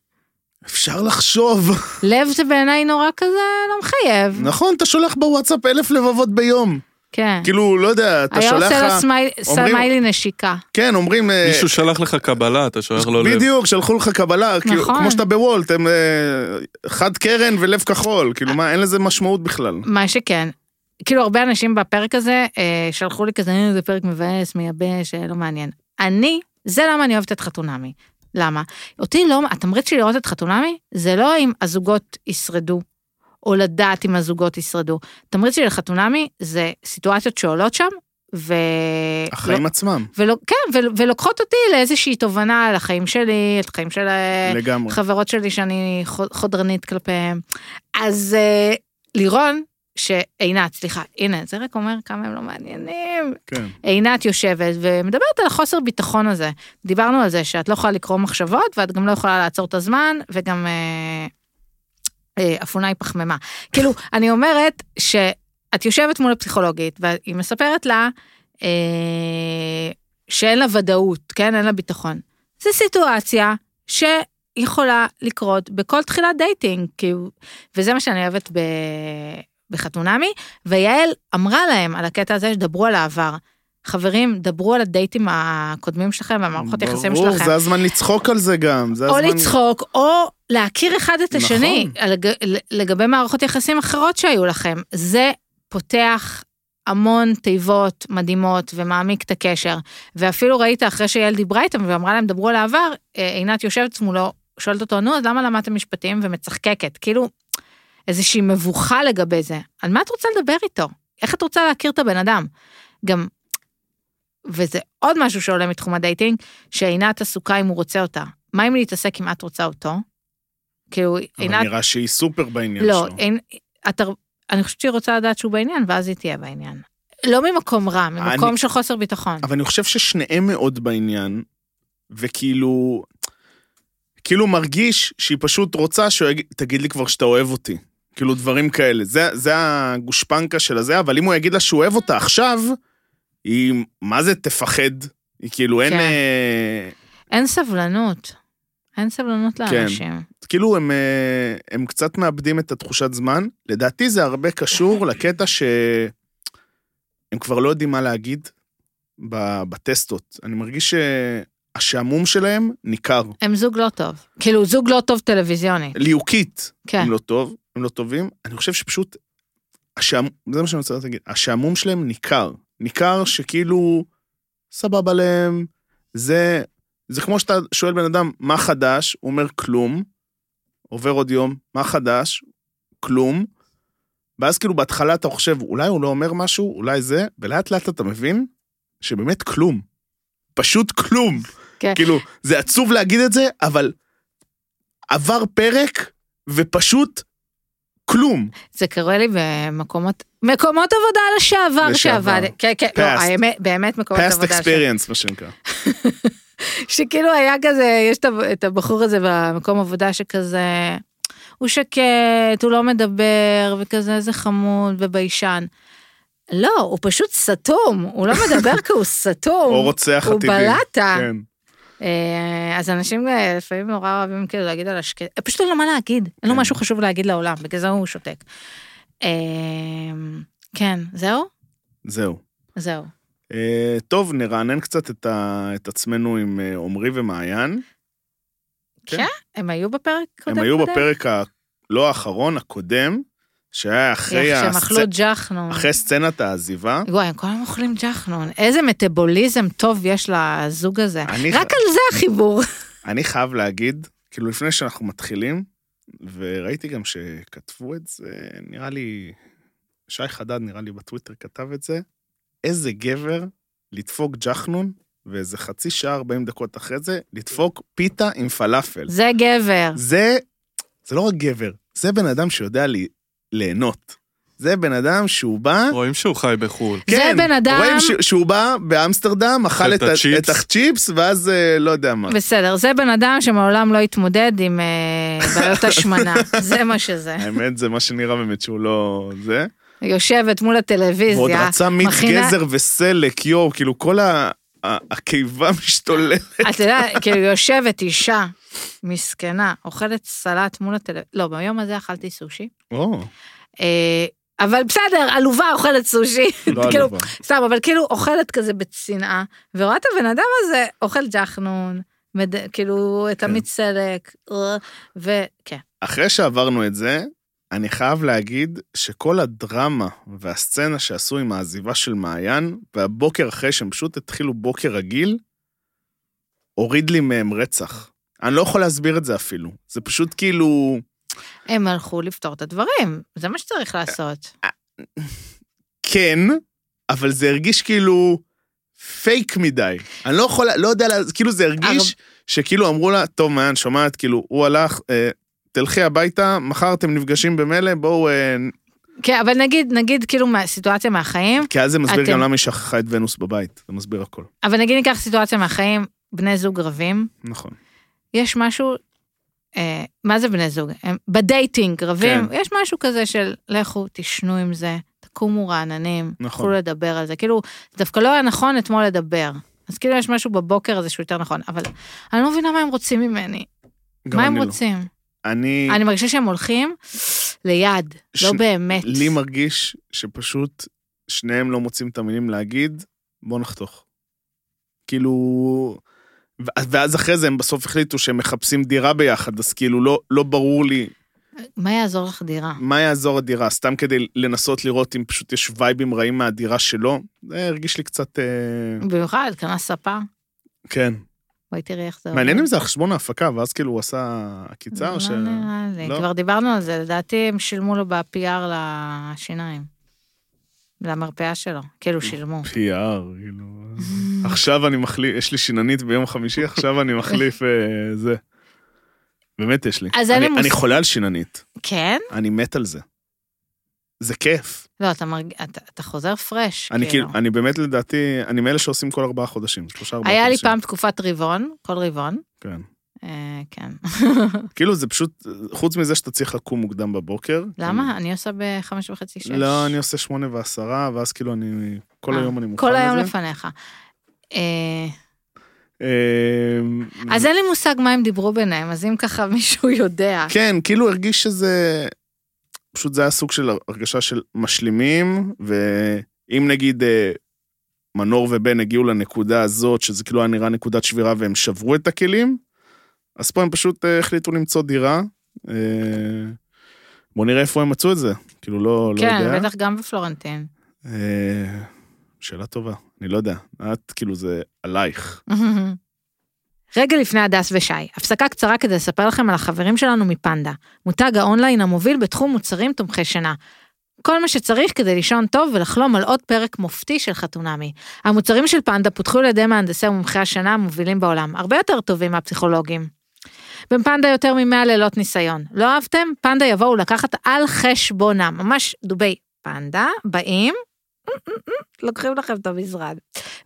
אפשר לחשוב. לב זה בעיניי נורא כזה לא מחייב. נכון, אתה שולח בוואטסאפ אלף לבבות ביום. כן. כאילו, לא יודע, אתה היה שולח עושה לה לך... סמייל- אומרים- סמיילי נשיקה. כן, אומרים... אה, מישהו שלח לך קבלה, אתה שולח לו לב. בדיוק, שלחו לך קבלה, כאילו, נכון. כמו שאתה בוולט, הם אה, חד קרן ולב כחול, כאילו מה, אין לזה משמעות בכלל. מה שכן, כאילו הרבה אנשים בפרק הזה אה, שלחו לי כזה, "אה, זה פרק מבאס, מייבש, אה, לא מעניין. אני, זה למה אני אוהבת את חתונמי. למה? אותי לא, התמריץ שלי לראות את חתונמי, זה לא אם הזוגות ישרדו, או לדעת אם הזוגות ישרדו. התמריץ שלי לחתונמי זה סיטואציות שעולות שם, ו... החיים לא, עצמם, ולא, כן, ו... ולוקחות אותי לאיזושהי תובנה על החיים שלי, את החיים של... אה, ה- לגמרי. חברות שלי שאני חו- חודרנית כלפיהן. אז אה, לירון, שעינת, סליחה, הנה, זה רק אומר כמה הם לא מעניינים. כן. עינת יושבת ומדברת על החוסר ביטחון הזה. דיברנו על זה שאת לא יכולה לקרוא מחשבות ואת גם לא יכולה לעצור את הזמן, וגם אה, אה, אפונה היא פחמימה. כאילו, אני אומרת שאת יושבת מול הפסיכולוגית, והיא מספרת לה אה, שאין לה ודאות, כן? אין לה ביטחון. זו סיטואציה שיכולה לקרות בכל תחילת דייטינג, כאילו, וזה מה שאני אוהבת ב... בחתונמי, ויעל אמרה להם על הקטע הזה שדברו על העבר. חברים, דברו על הדייטים הקודמים שלכם והמערכות היחסים שלכם. ברור, זה הזמן לצחוק על זה גם. זה או הזמן- לצחוק, או להכיר אחד את נכון. השני, לג- לגבי מערכות יחסים אחרות שהיו לכם. זה פותח המון תיבות מדהימות ומעמיק את הקשר. ואפילו ראית אחרי שיעל דיברה איתם ואמרה להם, דברו על העבר, אה, עינת יושבת מולו, שואלת אותו, נו, אז למה למדתם משפטים? ומצחקקת, כאילו, איזושהי מבוכה לגבי זה. על מה את רוצה לדבר איתו? איך את רוצה להכיר את הבן אדם? גם, וזה עוד משהו שעולה מתחום הדייטינג, שעינת עסוקה אם הוא רוצה אותה. מה אם להתעסק אם את רוצה אותו? כאילו, אבל עינת... נראה שהיא סופר בעניין לא, שלו. אין... את... אני חושבת שהיא רוצה לדעת שהוא בעניין, ואז היא תהיה בעניין. לא ממקום רע, ממקום אני- של חוסר ביטחון. אבל אני חושב ששניהם מאוד בעניין, וכאילו... כאילו מרגיש שהיא פשוט רוצה שהוא יגיד, תגיד לי כבר שאתה אוהב אותי. כאילו דברים כאלה. זה, זה הגושפנקה של הזה, אבל אם הוא יגיד לה שהוא אוהב אותה עכשיו, היא, מה זה תפחד? היא כאילו אין... כן. אה, אין סבלנות. אין סבלנות כן. לאנשים. כאילו הם, אה, הם קצת מאבדים את התחושת זמן. לדעתי זה הרבה קשור לקטע שהם כבר לא יודעים מה להגיד ב- בטסטות. אני מרגיש שהשעמום שלהם ניכר. הם זוג לא טוב. כאילו, זוג לא טוב טלוויזיוני. ליהוקית, כן. הם לא טוב, הם לא טובים. אני חושב שפשוט, השעמ... זה מה שאני רוצה להגיד, השעמום שלהם ניכר. ניכר שכאילו, סבבה להם, זה, זה כמו שאתה שואל בן אדם, מה חדש? הוא אומר, כלום. עובר עוד יום, מה חדש? כלום. ואז כאילו בהתחלה אתה חושב, אולי הוא לא אומר משהו, אולי זה, ולאט לאט אתה מבין שבאמת כלום. פשוט כלום. כן. כאילו, זה עצוב להגיד את זה, אבל עבר פרק ופשוט כלום. זה קורה לי במקומות, מקומות עבודה לשעבר לשעבר. שעבד. כן, כן, לא, Past. האמת, באמת מקומות past עבודה. לשעבר. experience, מה שנקרא. שכאילו היה כזה, יש את ה- את הבחור הזה במקום עבודה שכזה, הוא שקט, הוא לא מדבר, וכזה איזה חמוד וביישן. לא, הוא פשוט סתום, הוא לא מדבר כי הוא סתום. או רוצח הוא עתידי. בלטה. כן. אה, אז אנשים אה, לפעמים נורא אוהבים כאילו להגיד על השקט, אה, פשוט אין לו מה להגיד, אין לו כן. משהו חשוב להגיד לעולם, בגלל זה הוא שותק. אה, כן, זהו? זהו. זהו. אה, טוב, נרענן קצת את ה- את עצמנו עם אה, עמרי ומעיין. כן. כן, הם היו בפרק קודם? הם היו קודם? בפרק ה- לא האחרון, הקודם, שהיה אחרי איך שהם הסצ- אכלו ג'חנון. אחרי סצנת העזיבה. וואי, הם כל הזמן אוכלים ג'חנון. איזה מטאבוליזם טוב יש לזוג הזה. אני- כן. רק על זה החיבור. אני חייב להגיד, כאילו לפני שאנחנו מתחילים, וראיתי גם שכתבו את זה, נראה לי, שי חדד נראה לי בטוויטר כתב את זה, איזה גבר לדפוק ג'חנון, ואיזה חצי שעה, 40 דקות אחרי זה, לדפוק פיתה עם פלאפל. זה גבר. זה, זה לא רק גבר, זה בן אדם שיודע לי, ליהנות. זה בן אדם שהוא בא... רואים שהוא חי בחו"ל. זה כן, בן אדם... רואים ש- שהוא בא באמסטרדם, אכל אכל את את ה- הצ'יפס. את הצ'יפס, ואז אה, לא יודע מה. בסדר, זה בן אדם שמעולם לא התמודד עם אה, בעיות השמנה. זה מה שזה. האמת, זה מה שנראה באמת שהוא לא... זה. יושבת מול ועוד הטלוויזיה. רצה מיץ מכינה- גזר וסלק, יואו, כאילו כל ה... ה- הקיבה משתוללת. אתה יודע, כאילו יושבת אישה מסכנה, אוכלת סלט מול הטלוויזיה. לא, ביום הזה אכלתי סושי. או, אה, אבל בסדר, עלובה אוכלת סושי. לא כאילו, עלובה. סתם, אבל כאילו אוכלת כזה בצנעה, ורואה את הבן אדם הזה אוכל ג'חנון, מד... כאילו את כן. המיץ סלק, אה, וכן. אחרי שעברנו את זה, אני חייב להגיד שכל הדרמה והסצנה שעשו עם העזיבה של מעיין, והבוקר אחרי שהם פשוט התחילו בוקר רגיל, הוריד לי מהם רצח. אני לא יכול להסביר את זה אפילו. זה פשוט כאילו... הם הלכו לפתור את הדברים, זה מה שצריך לעשות. כן, אבל זה הרגיש כאילו פייק מדי. אני לא יכול, לא יודע, לה- כאילו זה הרגיש שכאילו אמרו לה, טוב, מעיין, שומעת, כאילו, הוא הלך, אה, תלכי הביתה, מחר אתם נפגשים במילא, בואו... אה, נ-" כן, אבל נגיד, נגיד כאילו מה- סיטואציה מהחיים, כי אז זה מסביר אתם- גם למה היא שכחה את ונוס בבית, זה מסביר הכל. אבל נגיד ניקח סיטואציה מהחיים, בני זוג רבים, נכון. יש משהו, אה, מה זה בני זוג? הם, בדייטינג רבים, כן. יש משהו כזה של לכו, תישנו עם זה, תקומו רעננים, נכון. תוכלו לדבר על זה. כאילו, זה דווקא לא היה נכון אתמול לדבר. אז כאילו יש משהו בבוקר הזה שהוא יותר נכון, אבל אני לא מבינה מה הם רוצים ממני. גם מה הם אני לא. רוצים? אני, אני מרגישה שהם הולכים ליד, ש- לא באמת. לי מרגיש שפשוט שניהם לא מוצאים את המילים להגיד, בוא נחתוך. כאילו... ו- ואז אחרי זה הם בסוף החליטו שהם מחפשים דירה ביחד, אז כאילו לא, לא ברור לי מה יעזור לך דירה? מה יעזור הדירה? סתם כדי לנסות לראות אם פשוט יש וייבים רעים מהדירה שלו? זה הרגיש לי קצת... אה, במיוחד, קנה ספה, כן. בואי תראי איך זה עובד. מעניין אם זה על חשבון ההפקה, ואז כאילו הוא עשה עקיצה או ש... לא נראה לי. לא? כבר דיברנו על זה, לדעתי הם שילמו לו ב-PR לשיניים. למרפאה שלו. כאילו שילמו. PR, כאילו... עכשיו אני מחליף, יש לי שיננית ביום חמישי, עכשיו אני מחליף אה, זה. באמת יש לי. אז אין לי אני- אני מושג. חולה על שיננית, כן? אני מת על זה. זה כיף. לא, אתה מרג... אתה- אתה חוזר פרש, אני לא כאילו. כאילו, אני באמת לדעתי, אני מאלה שעושים כל ארבעה חודשים, שלושה ארבעה חודשים. היה לי פעם תקופת רבעון, כל רבעון. כן. אה, כן. כאילו זה פשוט, חוץ מזה שאתה צריך לקום מוקדם בבוקר. למה? אני עושה בחמש וחצי, שש. אני- לא, אני עושה שמונה ועשרה, ואז כאילו אני, כל אה, היום אני מוכן כל היום לזה. לפניך. אה, אה, אז אין לי מושג מה הם דיברו ביניהם, אז אם ככה מישהו יודע. כן, כאילו הרגיש שזה, פשוט זה היה סוג של הרגשה של משלימים, ואם נגיד אה, מנור ובן הגיעו לנקודה הזאת, שזה כאילו היה נראה נקודת שבירה והם שברו את הכלים, אז פה הם פשוט אה, החליטו למצוא דירה. אה, בוא נראה איפה הם מצאו את זה, כאילו לא, לא יודע. כן, בטח גם בפלורנטין. אה, שאלה טובה, אני לא יודע. את, כאילו, זה עלייך. רגע לפני הדס ושי, הפסקה קצרה כדי לספר לכם על החברים שלנו מפנדה, מותג האונליין המוביל בתחום מוצרים תומכי שינה. כל מה שצריך כדי לישון טוב ולחלום על עוד פרק מופתי של חתונמי. המוצרים של פנדה פותחו על ידי מהנדסי ומומחי השינה המובילים בעולם, הרבה יותר טובים מהפסיכולוגים. בפנדה יותר מ-100 לילות ניסיון. לא אהבתם? פנדה יבואו לקחת על חשבונם, ממש דובי פנדה, באים, לוקחים לכם את המשרד.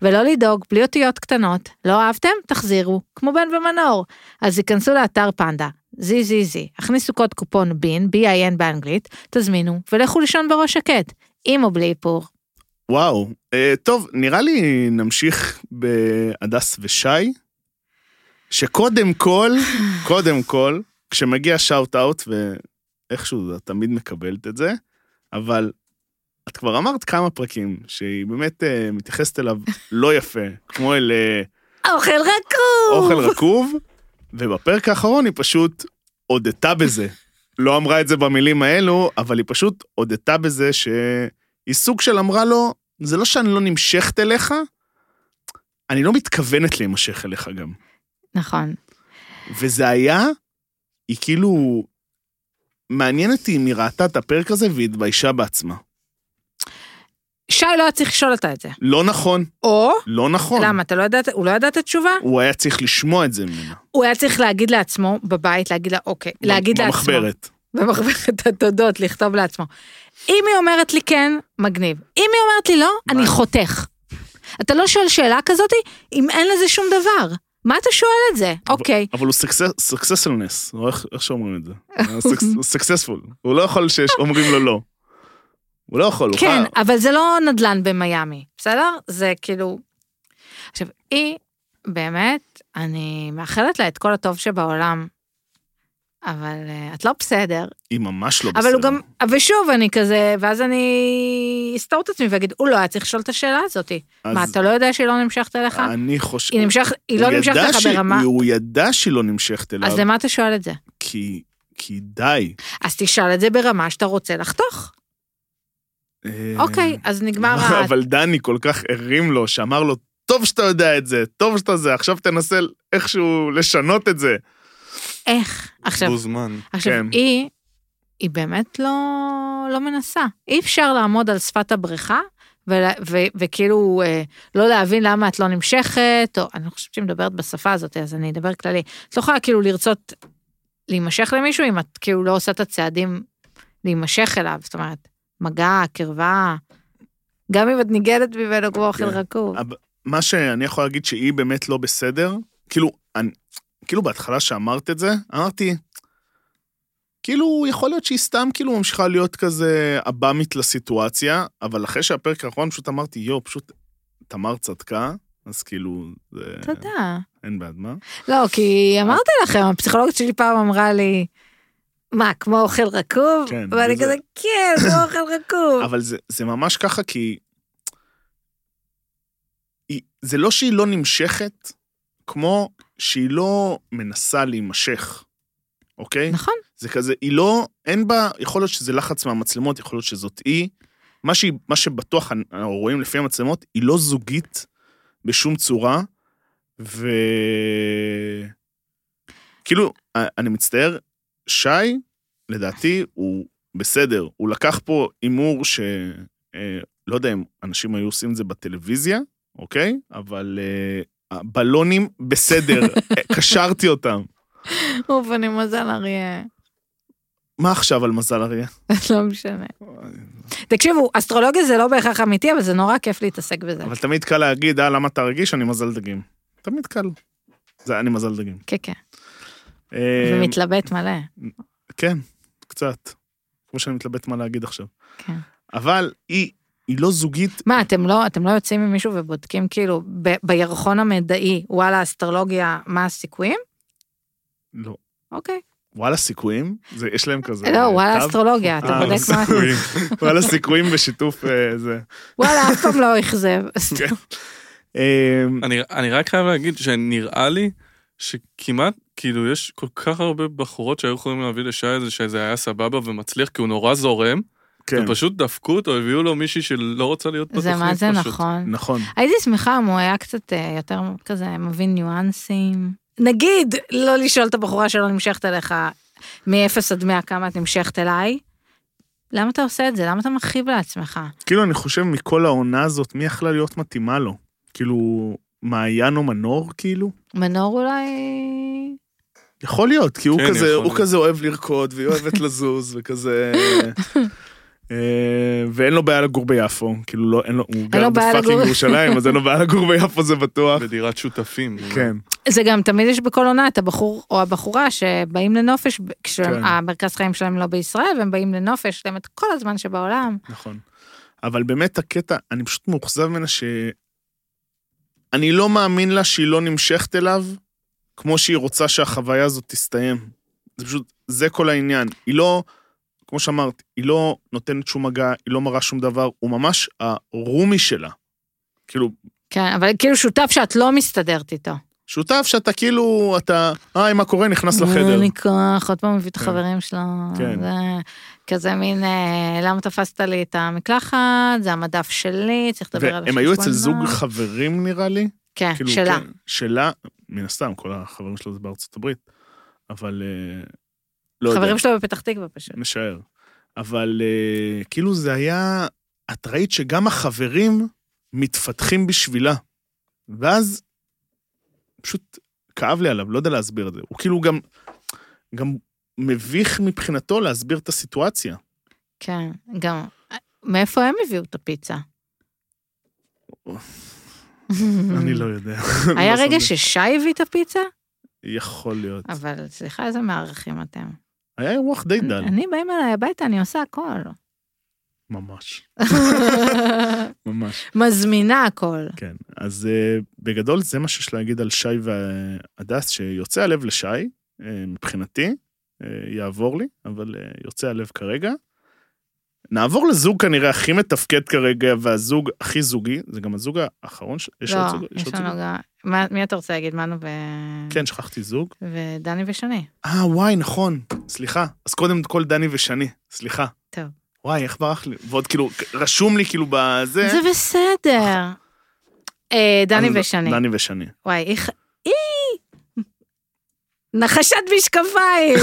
ולא לדאוג, בלי אותיות קטנות. לא אהבתם? תחזירו, כמו בן ומנור. אז היכנסו לאתר פנדה, זי זי זי, הכניסו קוד קופון בין, B-I-N באנגלית, תזמינו, ולכו לישון בראש שקט, עם או בלי איפור. וואו. אה, טוב, נראה לי נמשיך בהדס ושי, שקודם כל, קודם כל, כשמגיע שאוט אאוט, ואיכשהו את תמיד מקבלת את זה, אבל את כבר אמרת כמה פרקים שהיא באמת אה, מתייחסת אליו לא יפה, כמו אל אה, אוכל רקוב! אוכל רקוב, ובפרק האחרון היא פשוט הודתה בזה. לא אמרה את זה במילים האלו, אבל היא פשוט הודתה בזה שהיא סוג של אמרה לו, זה לא שאני לא נמשכת אליך, אני לא מתכוונת להימשך אליך גם. נכון. וזה היה, היא כאילו... מעניין אותי אם היא ראתה את הפרק הזה והתביישה בעצמה. שי לא היה צריך לשאול אותה את זה. לא נכון, או, לא נכון. למה, אתה לא יודע, הוא לא ידע את התשובה? הוא היה צריך לשמוע את זה ממנה. הוא היה צריך להגיד לעצמו בבית, להגיד לה, אוקיי, להגיד לעצמו. במחברת. במחברת התודות, לכתוב לעצמו. אם היא אומרת לי כן, מגניב. אם היא אומרת לי לא, אני חותך. אתה לא שואל שאלה כזאת אם אין לזה שום דבר. מה אתה שואל את זה? אוקיי. אבל הוא סקססלנס, איך איך שאומרים את זה? סקסספול. הוא לא יכול שאומרים לו לא. הוא לא יכול, הוא כן, חייב. אבל זה לא נדל"ן במיאמי, בסדר? זה כאילו... עכשיו, היא, באמת, אני מאחלת לה את כל הטוב שבעולם, אבל אה, את לא בסדר. היא ממש לא בסדר. אבל הוא גם, ושוב אני כזה, ואז אני אסתור את עצמי ואגיד, הוא לא היה צריך לשאול את השאלה הזאת. אז מה, אתה לא יודע שהיא לא נמשכת אליך? אני חושב... היא נמשך, היא לא הוא נמשכת ידע לך שהיא- ברמה... הוא ידע שהיא לא נמשכת אליו, אז למה אתה שואל את זה? כי... כי די. אז תשאל את זה ברמה שאתה רוצה לחתוך. אה, אוקיי, אז נגמר ה... אבל דני כל כך הרים לו, שאמר לו, טוב שאתה יודע את זה, טוב שאתה זה, עכשיו תנסה איכשהו לשנות את זה. איך? עכשיו, בו זמן. עכשיו, כן. היא, היא באמת לא, לא מנסה. אי אפשר לעמוד על שפת הבריכה ולה, ו, וכאילו אה, לא להבין למה את לא נמשכת, או אני לא חושבת שהיא מדברת בשפה הזאת, אז אני אדבר כללי. את לא יכולה כאילו לרצות להימשך למישהו אם את כאילו לא עושה את הצעדים להימשך אליו, זאת אומרת, מגע, קרבה, גם אם את ניגדת ממנו כמו אוכל כן. רקוב. אבל- מה שאני יכול להגיד שהיא באמת לא בסדר, כאילו, אני, כאילו בהתחלה שאמרת את זה, אמרתי, כאילו, יכול להיות שהיא סתם כאילו ממשיכה להיות כזה אב"מית לסיטואציה, אבל אחרי שהפרק האחרון פשוט אמרתי, יואו, פשוט תמר צדקה, אז כאילו, זה... תודה. אין בעד מה. לא, כי אמרתי לכם, הפסיכולוגית שלי פעם אמרה לי, מה, כמו אוכל רקוב? כן, ואני וזה- כזה, כן, כמו אוכל רקוב. אבל זה, זה ממש ככה, כי... היא, זה לא שהיא לא נמשכת, כמו שהיא לא מנסה להימשך, אוקיי? נכון, זה כזה, היא לא, אין בה, יכול להיות שזה לחץ מהמצלמות, יכול להיות שזאת היא. מה, שהיא, מה שבטוח אנ- אנחנו רואים לפי המצלמות, היא לא זוגית בשום צורה, ו... כאילו, א- אני מצטער, שי, לדעתי, הוא בסדר. הוא לקח פה הימור ש... אה, לא יודע אם אנשים היו עושים את זה בטלוויזיה, אוקיי? אבל אה, הבלונים בסדר, אה, קשרתי אותם. אוף, אני מזל אריה, מה עכשיו על מזל אריה? לא משנה. תקשיבו, אסטרולוגיה זה לא בהכרח אמיתי, אבל זה נורא כיף להתעסק בזה. אבל תמיד קל להגיד, אה, למה אתה רגיש? אני מזל דגים. תמיד קל. זה אני מזל דגים. כן, כן, אה, ומתלבט מלא. כן, קצת. כמו שאני מתלבט מה להגיד עכשיו. כן. אבל היא, היא לא זוגית, מה, אתם לא, אתם לא יוצאים עם מישהו ובודקים כאילו ב- בירחון המדעי, וואלה, אסטרולוגיה, מה הסיכויים? לא. אוקיי. וואלה סיכויים? זה, יש להם כזה... לא, אה, וואלה, תו? אסטרולוגיה, אתה אה, בודק מה... סיכויים. וואלה סיכויים בשיתוף אה, זה. וואלה, אף פעם לא אכזב. כן. אה, אני, אני רק חייב להגיד שנראה לי שכמעט, כאילו, יש כל כך הרבה בחורות שהיו יכולים להביא לשי את זה, שזה היה סבבה ומצליח, כי הוא נורא זורם, כן, ופשוט דפקו אותו, הביאו לו מישהי שלא רוצה להיות בתוכנית זה פשוט. מה זה נכון. נכון. הייתי שמחה אם הוא היה קצת אה, יותר כזה מבין ניואנסים. נגיד, לא לשאול את הבחורה שלא נמשכת אליך מ-0 עד 100 כמה את נמשכת אליי. למה אתה עושה את זה? למה אתה מרחיב לעצמך? כאילו, אני חושב מכל העונה הזאת, מי יכלה להיות מתאימה לו? כאילו, מעיין או מנור, כאילו? מנור אולי... יכול להיות, כי הוא כן, כזה, יכול הוא להיות. כזה אוהב לרקוד, והיא אוהבת לזוז, וכזה... אה, ואין לו בעיה לגור ביפו, כאילו לא, אין לו, הוא גר לו בעיה בפאקינג לגור- ירושלים, אז אין לו בעיה לגור ביפו זה בטוח. בדירת שותפים. כן, זה גם תמיד יש בכל עונה את הבחור או הבחורה שבאים לנופש ב- כן. כשהמרכז חיים שלהם לא בישראל והם באים לנופש, יש להם את כל הזמן שבעולם. נכון. אבל באמת הקטע, אני פשוט מאוכזב ממנה ש... אני לא מאמין לה שהיא לא נמשכת אליו, כמו שהיא רוצה שהחוויה הזאת תסתיים. זה פשוט, זה כל העניין. היא לא, כמו שאמרת, היא לא נותנת שום מגע, היא לא מראה שום דבר, הוא ממש הרומי שלה. כאילו, כן, אבל כאילו שותף שאת לא מסתדרת איתו. שותף שאתה כאילו, אתה, היי, מה קורה? נכנס אין לחדר. לי כוח, עוד פעם מביא את כן. החברים שלו. כן. זה כזה מין, אה, למה תפסת לי את המקלחת, זה המדף שלי, צריך לדבר על והם היו אצל החשבונות." זוג חברים, נראה לי. כן, כאילו, שלה. כן, שלה, מן הסתם, כל החברים שלו זה בארצות הברית, אבל אה, לא יודע, חברים שלו בפתח תקווה פשוט. נשאר. אבל אה, כאילו זה היה, את ראית שגם החברים מתפתחים בשבילה. ואז פשוט כאב לי עליו, לא יודע להסביר את זה. הוא כאילו גם, גם מביך מבחינתו להסביר את הסיטואציה. כן, גם. אה, מאיפה הם הביאו את הפיצה? אני לא יודע. היה לא רגע שם ששי הביא את הפיצה? לב. יכול להיות. אבל סליחה, איזה מערכים אתם. היה אירוח די דל, אני באים אליי הביתה, אני עושה הכל. ממש. ממש. מזמינה הכל. כן, אז uh, בגדול זה מה שיש להגיד על שי והדס, שיוצא הלב לשי, uh, אה, מבחינתי. Uh, אה, יעבור לי, אבל אה, יוצא הלב כרגע. נעבור לזוג כנראה הכי מתפקד כרגע, והזוג הכי זוגי, זה גם הזוג האחרון, ש- יש לא, עוד זוג? יש עוד לנו זוג? גם... מה- מי אתה רוצה להגיד? מנו ו... כן, שכחתי זוג. ודני ושני. אה, וואי, נכון, סליחה. אז קודם כל דני ושני, סליחה. טוב. וואי, איך ברח לי? ועוד כאילו, רשום לי כאילו בזה. זה בסדר. אה, דני אז ושני. לא- דני ושני. וואי, איך... אי! נחשת משקפיים,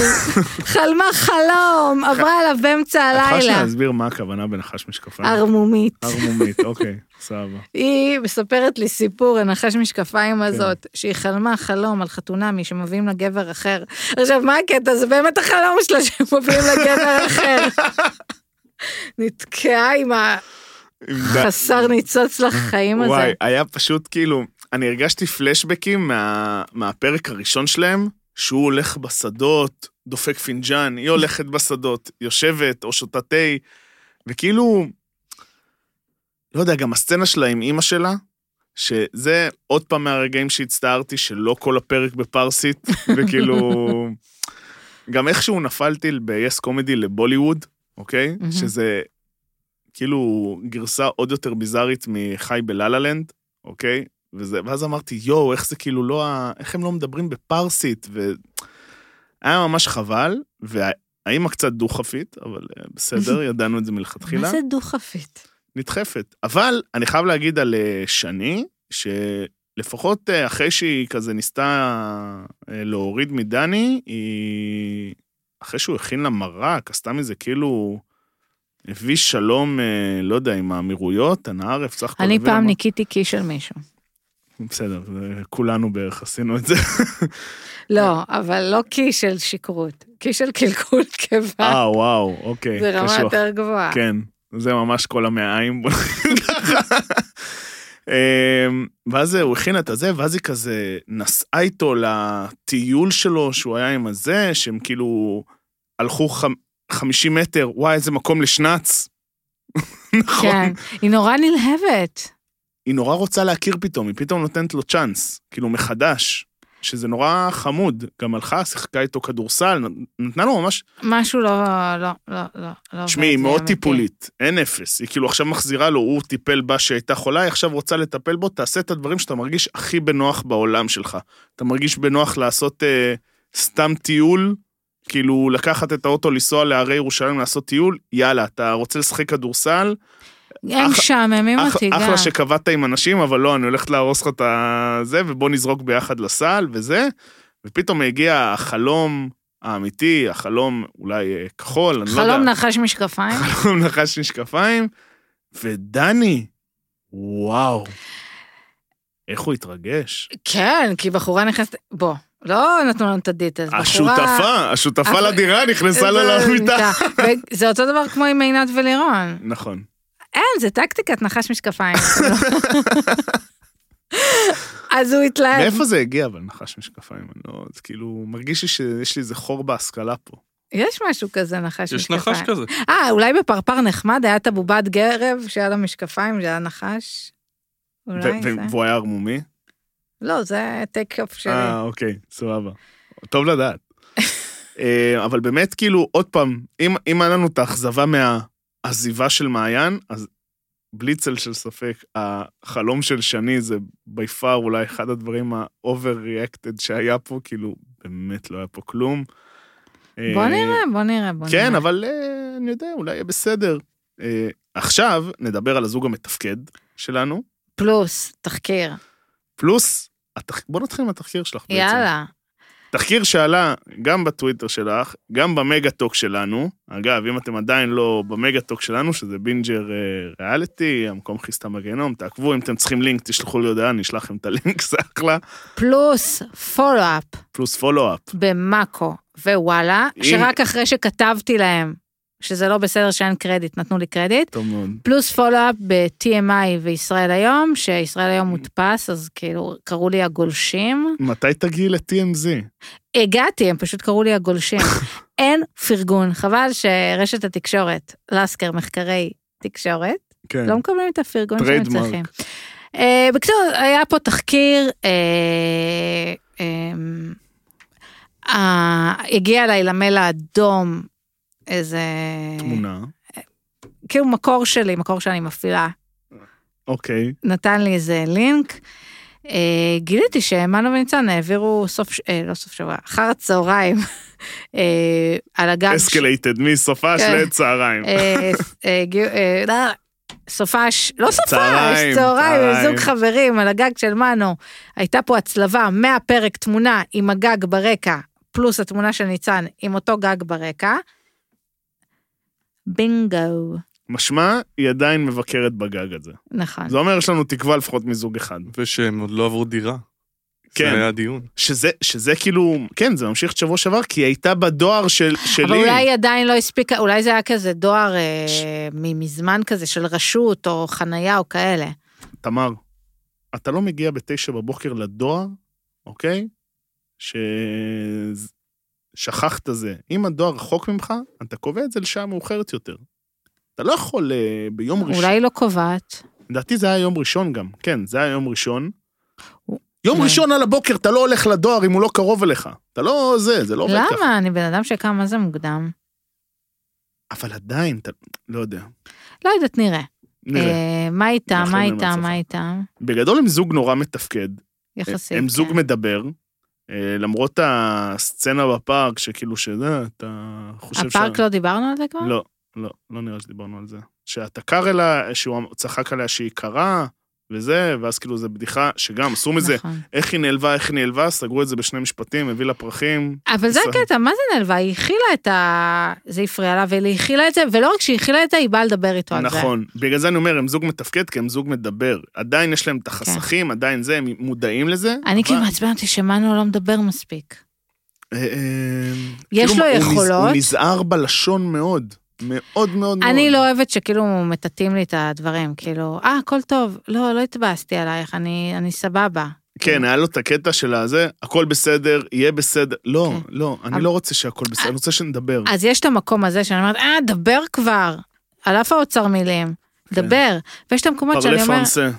חלמה חלום, עברה עליו באמצע את יכולה שנייה הלילה. אה, להסביר מה הכוונה בנחש משקפיים? ערמומית. ערמומית, אוקיי, סבבה. היא מספרת לי סיפור, הנחש משקפיים כן. הזאת, שהיא חלמה חלום על חתונמי שמביאים לה גבר אחר. עכשיו, מה הקטע? זה באמת החלום שלה שמביאים לה גבר אחר. נתקעה עם עם ד- החסר ניצוץ לחיים הזה. וואי, היה פשוט כאילו, אני הרגשתי פלשבקים מה- מהפרק הראשון שלהם, שהוא הולך בשדות, דופק פינג'אן, היא הולכת בשדות, יושבת או שותה תה, וכאילו, לא יודע, גם הסצנה שלה עם אימא שלה, שזה עוד פעם מהרגעים שהצטערתי שלא כל הפרק בפרסית, וכאילו... גם איכשהו נפלתי ב-yes קומדי לבוליווד, אוקיי? מהמם. שזה כאילו גרסה עוד יותר ביזארית מחי בלה-לה-לנד, אוקיי? וזה, ואז אמרתי, יואו, איך זה כאילו לא ה... איך הם לא מדברים בפרסית? והיה ממש חבל, והאימא קצת דו-חפית, אבל אה, בסדר, ידענו את זה מלכתחילה. מה זה דו-חפית? נדחפת. אבל אני חייב להגיד על אה, שני, שלפחות אה, אחרי שהיא כזה ניסתה אה, להוריד מדני, היא... אחרי שהוא הכין לה מרק, עשתה מזה כאילו... הביא שלום, אה, לא יודע, עם האמירויות, הנהר, סך הכל. אני הביא לה פעם מר- ניקיתי קי של מישהו. בסדר, זה- כולנו בערך עשינו את זה. לא, אבל לא קי של שכרות, קי של קלקול קיבה. אה, וואו, אוקיי. זה רמה קשוח. יותר גבוהה. כן, זה ממש כל המעיים, בוא נגיד ככה. אמ, ואז הוא הכין את הזה, ואז היא כזה נסעה איתו לטיול שלו, שהוא היה עם הזה, שהם כאילו הלכו חמ- 50 מטר, וואי, איזה מקום לשנץ. נכון. כן, היא נורא נלהבת. היא נורא רוצה להכיר פתאום, היא פתאום נותנת לו צ'אנס, כאילו מחדש, שזה נורא חמוד. גם הלכה, שיחקה איתו כדורסל, נת- נתנה לו ממש משהו לא, לא, לא, לא, לא. תשמעי, עובד היא לי מאוד אמיתי. טיפולית, אין אפס. היא כאילו עכשיו מחזירה לו, הוא טיפל בה שהייתה חולה, היא עכשיו רוצה לטפל בו, תעשה את הדברים שאתה מרגיש הכי בנוח בעולם שלך. אתה מרגיש בנוח לעשות אה, סתם טיול, כאילו לקחת את האוטו, לנסוע להרי ירושלים לעשות טיול, יאללה, אתה רוצה לשחק כדורסל, הם אח- משעממים אח, אותי גם. אחלה שקבעת עם אנשים, אבל לא, אני הולכת להרוס לך את זה, ובוא נזרוק ביחד לסל וזה, ופתאום הגיע החלום האמיתי, החלום אולי אה, כחול, אני לא יודע. חלום נחש משקפיים. חלום נחש משקפיים, ודני, וואו, איך הוא התרגש. כן, כי בחורה נכנסת... בוא, לא נתנו לנו את הדיטלס. בחורה- השותפה, השותפה אבל- לדירה נכנסה לו זה- למיטה. ו- זה אותו דבר כמו עם עינת ולירון. נכון. אין, זה טקטיקת נחש משקפיים. אז הוא התלהב. מאיפה זה הגיע אבל נחש משקפיים? אני לא, זה כאילו, מרגיש לי שיש לי איזה חור בהשכלה פה. יש משהו כזה נחש יש משקפיים. נחש כזה. אה, אולי בפרפר נחמד היה את הבובת גרב שהיה לה משקפיים, זה היה נחש? ו- אולי ו- זה... והוא היה ערמומי? לא, זה טייק אוף שלי. אה, אוקיי, סבבה. טוב לדעת. אה, אבל באמת, כאילו, עוד פעם, אם, אם היה לנו את האכזבה מהעזיבה של מעיין, אז בלי צל של ספק, החלום של שני זה בי פאר אולי אחד הדברים ה-overreacted שהיה פה, כאילו, באמת לא היה פה כלום. בוא אה, נראה, בוא נראה, בוא נראה. כן, אבל אה, אני יודע, אולי יהיה בסדר. אה, עכשיו נדבר על הזוג המתפקד שלנו, פלוס, תחקיר. פלוס, התח... בוא נתחיל עם התחקיר שלך בעצם. יאללה. תחקיר שעלה גם בטוויטר שלך, גם במגה-טוק שלנו. אגב, אם אתם עדיין לא במגה-טוק שלנו, שזה בינג'ר אה, ריאליטי, המקום הכי סתם בגיהנום, תעקבו, אם אתם צריכים לינק, תשלחו לי הודעה, אני אשלח לכם את הלינק, זה אחלה. פלוס פולו-אפ פלוס פולו-אפ. במאקו ווואלה, אם- שרק אחרי שכתבתי להם שזה לא בסדר שאין קרדיט, נתנו לי קרדיט. טוב מאוד. פלוס פולו-אפ ב-TMI וישראל היום, שישראל היום מודפס, אז כאילו קראו לי הגולשים. מתי תגיעי ל-TMZ? הגעתי, הם פשוט קראו לי הגולשים. אין פרגון, חבל שרשת התקשורת, לסקר, מחקרי תקשורת, כן. לא מקבלים את הפרגון שהם טריידמרק. צריכים. אה, בקיצור, היה פה תחקיר, אה, אה, אה, הגיע אליי למייל האדום איזה... תמונה. כאילו מקור שלי, מקור שאני מפעילה, אוקיי. נתן לי איזה לינק. אה, גיליתי שמנו וניצן העבירו סוף, ש- אה, לא סוף שבוע, אחר הצהריים, אה, על הגב... ש- אסקלייטד מסופש כן. לצהריים. אה, אה, הגיעו, אה, לא, סופש, לא סופש, צהריים, צהריים, צהריים. זוג חברים על הגג של מנו. הייתה פה הצלבה מהפרק תמונה עם הגג ברקע, פלוס התמונה של ניצן עם אותו גג ברקע. בינגו, משמע, היא עדיין מבקרת בגג הזה. נכון. זה אומר יש לנו תקווה לפחות מזוג אחד. ושהם עוד לא עברו דירה. כן. זה היה הדיון. שזה, שזה כאילו, כן, זה ממשיך את שבוע שעבר, כי היא הייתה בדואר של, שלי. אבל אולי היא עדיין לא הספיקה, אולי זה היה כזה דואר אה, ממזמן כזה של רשות או חנייה או כאלה. תמר, אתה לא מגיע בתשע בבוקר לדואר, אוקיי? ששכחת זה. אם הדואר רחוק ממך, אתה קובע את זה לשעה מאוחרת יותר. אתה לא יכול אה, ביום ראשון. אולי היא לא קובעת. לדעתי זה היה יום ראשון גם. כן, זה היה יום ראשון. הוא- יום מה? ראשון על הבוקר, אתה לא הולך לדואר אם הוא לא קרוב אליך. אתה לא זה, זה לא עובד ככה. למה? אני בן אדם שקם מה זה מוקדם? אבל עדיין, אתה... לא יודע. לא יודעת, נראה. נראה. אה, מה איתם, אנחנו מה אומרים איתם, להצלחה. מה איתם? בגדול הם זוג נורא מתפקד. יחסית. הם זוג כן. מדבר. אה, למרות הסצנה בפארק, שכאילו שזה, אתה חושב ש... הפארק לא דיברנו על זה כבר? לא, לא, לא נראה שדיברנו על זה. שאתה קר אליה, שהוא צחק עליה שהיא קרה, וזה, ואז כאילו זו בדיחה שגם עשו מזה, נכון. איך היא נעלבה, איך היא נעלבה, סגרו את זה בשני משפטים, הביא לה פרחים. אבל זה בסדר. הקטע, מה זה נעלבה? היא הכילה את ה... זה הפריע לה, והיא הכילה את זה, ולא רק שהיא הכילה את זה, היא באה לדבר איתו על זה. נכון. בגלל זה אני אומר, הם זוג מתפקד, כי הם זוג מדבר. עדיין יש להם את החסכים, עדיין זה, הם מודעים לזה. כן. אני אבל- כאילו מעצבן אותי שמנו לא מדבר מספיק. אה, אה, יש כאילו, לו הוא נז- יכולות. הוא נזהר בלשון מאוד. מאוד מאוד מאוד. אני לא אוהבת שכאילו מטאטאים לי את הדברים, כאילו, אה, הכל טוב, לא, לא התבאסתי עלייך, אני אני סבבה. כן, היה לו את הקטע של הזה, הכל בסדר, יהיה בסדר. לא, כן. לא, אני אבל- אה, לא רוצה שהכל בסדר, אני רוצה שנדבר. אז יש את המקום הזה שאני אומרת, אה, דבר כבר, על אף האוצר מילים, דבר. ויש את המקומות שאני כן. פרלה אומרת, פרנסה.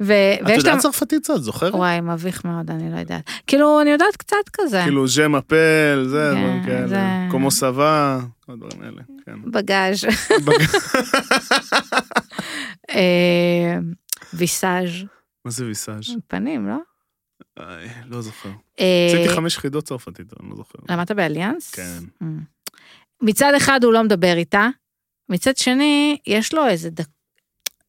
ו- את ויש את יודעת צרפתית קצת, זוכרת? וואי, מביך מאוד, אני לא יודעת. כאילו, אני יודעת קצת כזה. כאילו ז'ם אפל, זה, כן, דברים זה- כאלה. קומו סבה, כל הדברים האלה, כן. בגאז'. אה, ויסאז' מה זה ויסאז'? פנים, לא? איי, לא זוכר. אה, עשיתי חמש יחידות צרפתית, אני לא זוכר. למדת באליאנס? כן. Mm. מצד אחד הוא לא מדבר איתה, מצד שני, יש לו איזה דק...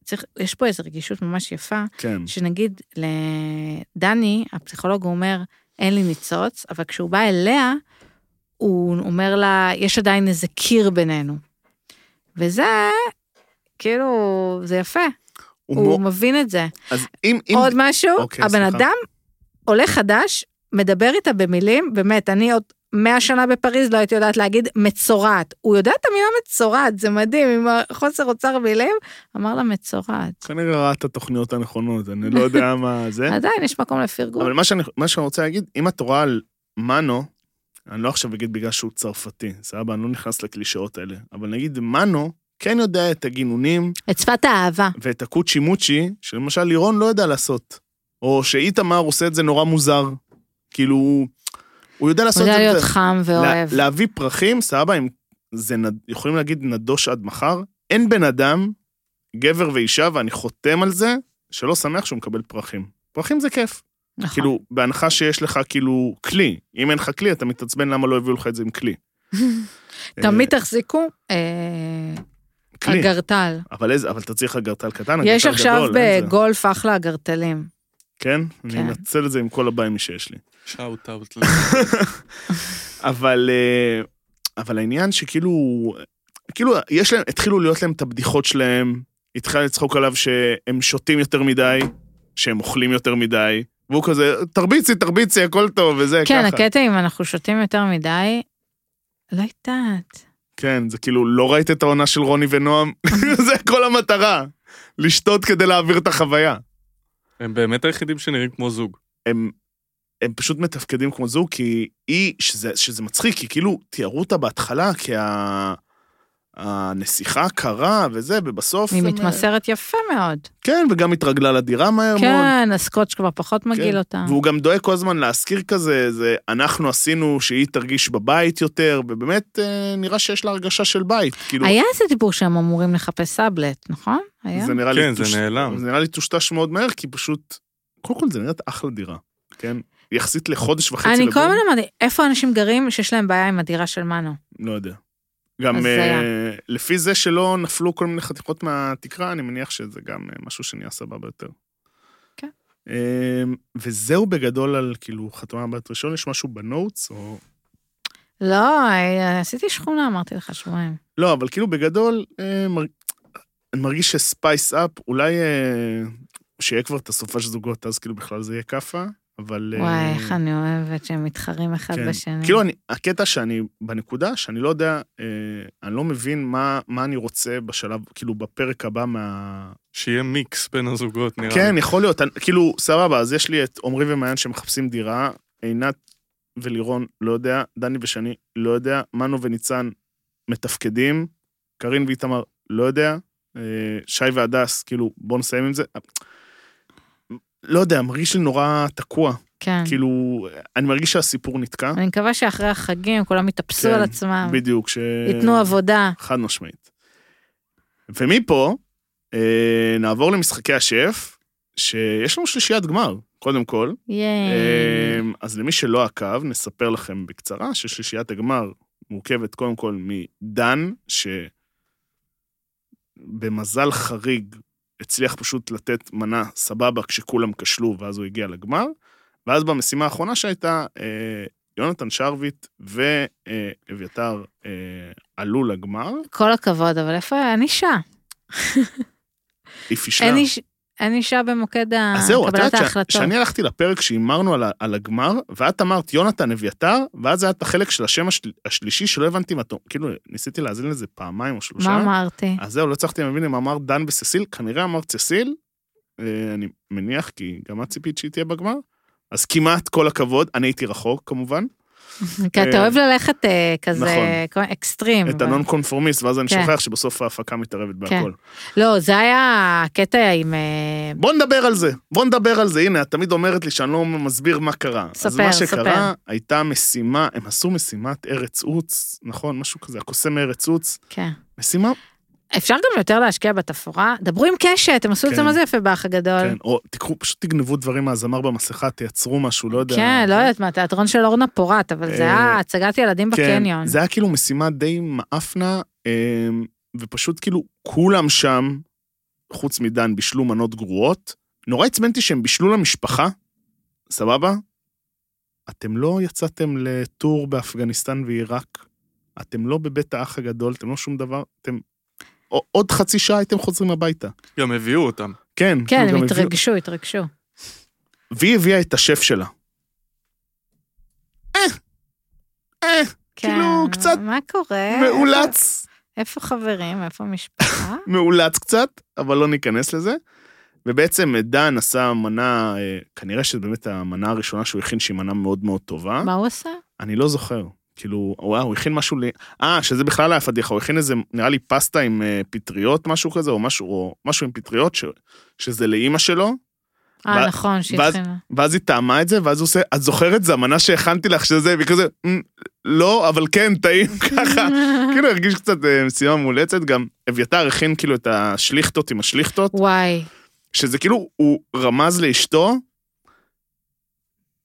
צריך, יש פה איזו רגישות ממש יפה, כן. שנגיד לדני, הפסיכולוג, הוא אומר, אין לי ניצוץ, אבל כשהוא בא אליה, הוא אומר לה, יש עדיין איזה קיר בינינו. וזה, כאילו, זה יפה, הוא, הוא מו- מבין את זה. אז אם... אם- עוד משהו, אוקיי, הבן סליחה. אדם עולה חדש, מדבר איתה במילים, באמת, אני עוד מאה שנה בפריז לא הייתי יודעת להגיד מצורעת. הוא יודע את המילה מצורעת, זה מדהים, עם החוסר אוצר מילים, אמר לה מצורעת. כנראה ראה את התוכניות הנכונות, אני לא יודע מה זה. עדיין יש מקום לפרגון. אבל מה שאני, מה שאני רוצה להגיד, אם את רואה על מנו, אני לא עכשיו אגיד בגלל שהוא צרפתי, סבבה, אני לא נכנס לקלישאות האלה, אבל נגיד מנו כן יודע את הגינונים את שפת האהבה. ואת הקוצ'י מוצ'י, שלמשל לירון לא יודע לעשות, או שאיתמר עושה את זה נורא מוזר. כאילו, הוא- הוא יודע לעשות הוא יודע את זה. להיות חם ואוהב. לה, להביא פרחים, סבבה, אם זה נד... יכולים להגיד נדוש עד מחר, אין בן אדם, גבר ואישה, ואני חותם על זה, שלא שמח שהוא מקבל פרחים. פרחים זה כיף. נכון. כאילו, בהנחה שיש לך כאילו כלי. אם אין לך כלי, אתה מתעצבן למה לא הביאו לך את זה עם כלי. תמיד תחזיקו אה, אה, כלי. אגרטל. אבל איזה, אבל אתה צריך אגרטל קטן, אגרטל גדול. יש עכשיו אין זה. בגולף אחלה אגרטלים. כן? אני כן. אנצל את זה עם כל הביים שיש לי. שאוט אאוט. אבל, אה, אבל העניין שכאילו, כאילו, יש להם, התחילו להיות להם את הבדיחות שלהם, התחילה לצחוק עליו שהם שותים יותר מדי, שהם אוכלים יותר מדי, והוא כזה, תרביצי, תרביצי, הכל טוב, וזה, כן, ככה. הקטע אם אנחנו שותים יותר מדי, לא יודעת. כן, זה כאילו, לא ראית את העונה של רוני ונועם? זה כל המטרה, לשתות כדי להעביר את החוויה. הם באמת היחידים שנראים כמו זוג. הם, הם פשוט מתפקדים כמו זוג, כי היא, שזה, שזה מצחיק, כי כאילו תיארו אותה בהתחלה כ... הנסיכה קרה וזה, ובסוף... היא הם- מתמסרת יפה מאוד. כן, וגם התרגלה לדירה מהר מאוד. כן. כן, הסקוץ' כבר פחות מגעיל אותה. והוא גם דואג כל הזמן להזכיר כזה, זה אנחנו עשינו שהיא תרגיש בבית יותר, ובאמת אה, נראה שיש לה הרגשה של בית. כאילו, היה איזה דיבור שהם אמורים לחפש סאבלט, נכון? היה? זה נראה לי... כן, זה טוש- נעלם. זה נראה לי טושטש מאוד מהר, כי פשוט... קודם כל זה נראית אחלה דירה, כן? יחסית לחודש וחצי אני כל לבום, הזמן אמרתי, איפה אנשים גרים שיש להם בעיה עם הדירה של מנו? לא יודע. גם אז זה אה, לפי זה שלא נפלו כל מיני חתיכות מהתקרה, אני מניח שזה גם אה, משהו שנהיה סבבה יותר. כן. אה, וזהו בגדול על כאילו חתומה בת ראשון, יש משהו בנוטס או... לא, אה, עשיתי שכונה, אמרתי לך שבועיים. לא, אבל כאילו בגדול, אה, מר... אני מרגיש שספייס אפ, אולי אה, שיהיה כבר את הסופש זוגות, אז כאילו בכלל זה יהיה כאפה, אבל... אה, וואי, איך אני אוהבת שהם מתחרים אחד כן. בשני. כאילו, אני, הקטע שאני, בנקודה, שאני לא יודע, אה, אני לא מבין מה, מה אני רוצה בשלב, כאילו, בפרק הבא מה... שיהיה מיקס בין הזוגות, נראה לי. כן, יכול להיות, אני, כאילו, סבבה, אז יש לי את עמרי ומעיין שמחפשים דירה, עינת ולירון, לא יודע, דני ושני, לא יודע, מנו וניצן מתפקדים, קארין ואיתמר, לא יודע, אה, שי והדס, כאילו, בואו נסיים עם זה. לא יודע, מרגיש לי נורא תקוע, כן. כאילו, אני מרגיש שהסיפור נתקע, אני מקווה שאחרי החגים כולם יתאפסו כן, על עצמם, בדיוק, ש... אה. ייתנו עבודה. חד משמעית. ומפה, אה, נעבור למשחקי השף, שיש לנו שלישיית גמר, קודם כל. אה. ייי. אמ, אז למי שלא עקב, נספר לכם בקצרה ששלישיית הגמר מורכבת קודם כל מדן, שבמזל חריג הצליח פשוט לתת מנה סבבה כשכולם כשלו, ואז הוא הגיע לגמר. ואז במשימה האחרונה שהייתה, אה, יונתן שרביט ואביתר אה, עלו לגמר. כל הכבוד, אבל איפה, אין אישה. היא פישלה. אין איש- אין אישה במוקד ה- אז אה, זהו, את קבלת יודעת, ש- ההחלטות. כשאני הלכתי לפרק שהימרנו על, ה- על הגמר, ואת אמרת יונתן אביתר, ואז היה את החלק של השם השל, השלישי שלא הבנתי מה אתה... כאילו, ניסיתי להאזין לזה פעמיים או שלושה. מה אמרתי? אז זהו, לא הצלחתי להבין אם אמרת דן וססיל, כנראה אמרת ססיל, אה, אני מניח, כי גם את ציפית שהיא תהיה בגמר. אז כמעט כל הכבוד, אני הייתי רחוק כמובן, כי אתה אוהב ללכת אה, כזה נכון. כל- אקסטרים. את אבל- הנון קונפורמיסט, ואז אני כן. שוכח שבסוף ההפקה מתערבת בהכל. לא, זה היה הקטע עם... אה, בוא נדבר על זה, בוא נדבר על זה. הנה, את תמיד אומרת לי שאני לא מסביר מה קרה. אז ספר, מה ספר. שקרה, הייתה משימה, הם עשו משימת ארץ עוץ, נכון? משהו כזה, הקוסם ארץ עוץ. כן. משימה, אפשר גם יותר להשקיע בתפאורה? דברו עם קשת, הם עשו את זה כן. מה זה יפה באח הגדול. כן, או תיקחו, פשוט תגנבו דברים מהזמר במסכה, תייצרו משהו, לא יודע. כן, לא יודעת מה, תיאטרון של אורנה פורת, אבל זה אה, היה הצגת ילדים בקניון. זה היה כאילו משימה די מאפנה, אה, ופשוט כאילו כולם שם, חוץ מדן, בישלו מנות גרועות. נורא עצבנתי שהם בישלו למשפחה, סבבה? אתם לא יצאתם לטור באפגניסטן ועיראק, אתם לא בבית האח הגדול, אתם לא שום דבר, אתם... ע- עוד חצי שעה הייתם חוזרים הביתה. גם הביאו אותם. כן, כן, כאילו גם הם הביאו- התרגשו, התרגשו. והיא הביאה את השף שלה. אה, אה, כן, כאילו, קצת מה קורה? מאולץ. איפה חברים? איפה משפחה? מאולץ קצת, אבל לא ניכנס לזה. ובעצם דן עשה מנה, אה, כנראה שזו באמת המנה הראשונה שהוא הכין שהיא מנה מאוד מאוד טובה. מה הוא עשה? אני לא זוכר. כאילו, וואו, הוא הכין משהו ל... אה, שזה בכלל היה פדיחה, הוא הכין איזה, נראה לי, פסטה עם אה, פטריות, משהו כזה, או משהו, או משהו עם פטריות, ש... שזה לאימא שלו, אה, ו- נכון, ואז- שהתחילה. ואז היא טעמה את זה, ואז הוא עושה, את זוכרת? זו המנה שהכנתי לך שזה, והיא כזה, "מ, לא, אבל כן, טעים ככה. כאילו, הרגיש קצת אה, משימה מאולצת, גם אביתר הכין כאילו את השליכטות עם השליכטות. וואי, שזה כאילו, הוא רמז לאשתו,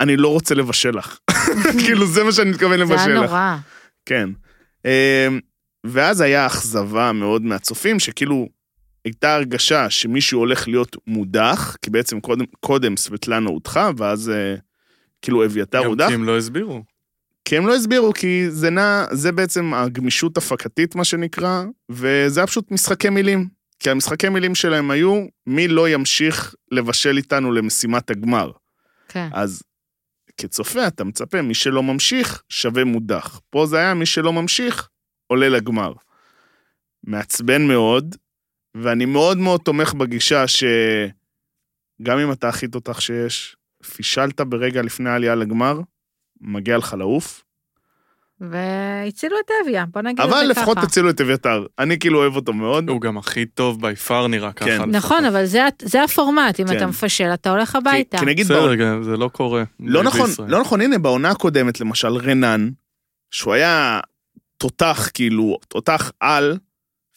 אני לא רוצה לבשל לך. כאילו, זה מה שאני מתכוון זה היה לבשל לך. נורא. כן. אמ, ואז היה אכזבה מאוד מהצופים, שכאילו, הייתה הרגשה שמישהו הולך להיות מודח, כי בעצם קודם, קודם סבטלנה הודחה, ואז אה, כאילו אביתר גם הודח, כי הם לא הסבירו. כי הם לא הסבירו, כי זה נע, זה בעצם הגמישות הפקתית, מה שנקרא, וזה היה פשוט משחקי מילים. כי המשחקי מילים שלהם היו, מי לא ימשיך לבשל איתנו למשימת הגמר. כן. אז כצופה אתה מצפה, מי שלא ממשיך שווה מודח. פה זה היה מי שלא ממשיך עולה לגמר. מעצבן מאוד, ואני מאוד מאוד תומך בגישה שגם אם אתה הכי תותח שיש, פישלת ברגע לפני העלייה לגמר, מגיע לך לעוף. והצילו את אביה, בוא נגיד את זה אבל ככה. לפחות תצילו את אביתר. אני כאילו אוהב אותו מאוד. הוא גם הכי טוב בי פאר נראה ככה. כן. לפחות. נכון, אבל זה, זה הפורמט, אם כן. אתה מפשל, אתה הולך הביתה. כי נגיד, בעונה- בסדר, גם, זה לא קורה. לא נכון, בישראל. לא נכון, הנה בעונה הקודמת למשל רנן, שהוא היה תותח כאילו, תותח על,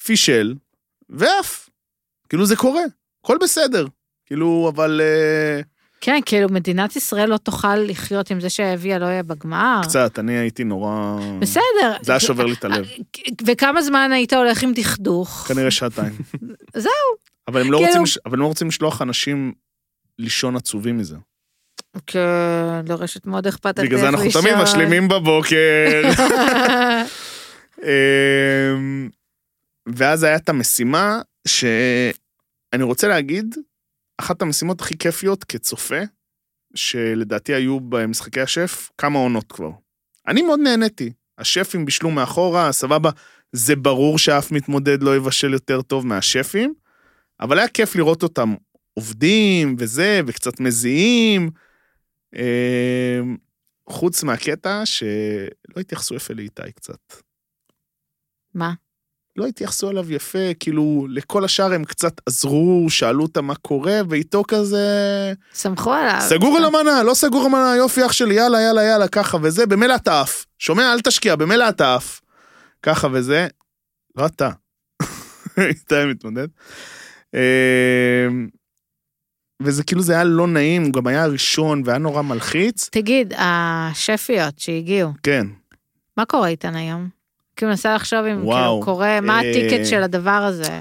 פישל, ואף. כאילו זה קורה, הכל בסדר. כאילו, אבל אה, כן, כאילו מדינת ישראל לא תוכל לחיות עם זה שהאביה לא יהיה בגמר. קצת, אני הייתי נורא... בסדר. אה, זה היה שובר לי את הלב, וכמה זמן היית הולך עם דכדוך? כנראה שעתיים. זהו. אבל הם לא כאילו- רוצים לש- אבל הם לא רוצים לשלוח אנשים לישון עצובים מזה. כן, לרשת מאוד אכפת על בגלל זה דרך אנחנו תמיד ראשון. משלימים בבוקר. אמ, ואז היה את המשימה שאני רוצה להגיד, אחת המשימות הכי כיפיות כצופה, שלדעתי היו במשחקי השף כמה עונות כבר. אני מאוד נהניתי. השפים בישלו מאחורה, סבבה, זה ברור שאף מתמודד לא יבשל יותר טוב מהשפים, אבל היה כיף לראות אותם עובדים וזה, וקצת מזיעים. אמ, חוץ מהקטע שלא התייחסו יפה לאיתי קצת. מה? לא התייחסו אליו יפה, כאילו, לכל השאר הם קצת עזרו, שאלו אותה מה קורה, ואיתו כזה... סמכו עליו. אה, סגור על המנה, לא סגור על המנה, יופי אח שלי, יאללה, יאללה, יאללה, ככה וזה, במילא אתה עף. שומע, אל תשקיע, במילא אתה עף. ככה וזה, לא אתה. איתי מתמודד. אמ, וזה כאילו, זה היה לא נעים, הוא גם היה הראשון, והיה נורא מלחיץ. תגיד, השפיות שהגיעו, כן. מה קורה איתן היום? כאילו, נסה לחשוב אם וואו. כאילו קורה, מה אה, הטיקט של הדבר הזה?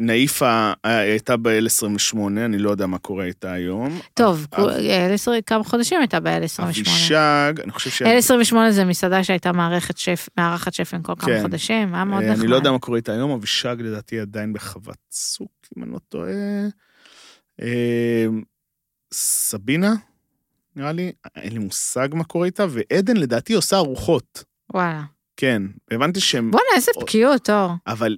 נאיפה אה, הייתה ב-L28, אני לא יודע מה קורה איתה היום. טוב, אב- אל עשרים- כמה חודשים הייתה ב-L28. אבישג, אני חושב ש... L28 זה מסעדה שהייתה מערכת שף, מארחת שפים כל כמה כן. חודשים, היה מאוד אה, נחמד. אני לא יודע מה קורה איתה היום, אבישג לדעתי עדיין בחוות סוק, אם אני לא טועה. אה, סבינה, נראה לי, אין לי מושג מה קורה איתה, ועדן לדעתי עושה ארוחות. וואלה. כן, הבנתי שהם... בואנה, איזה או- בקיאות, אור. אבל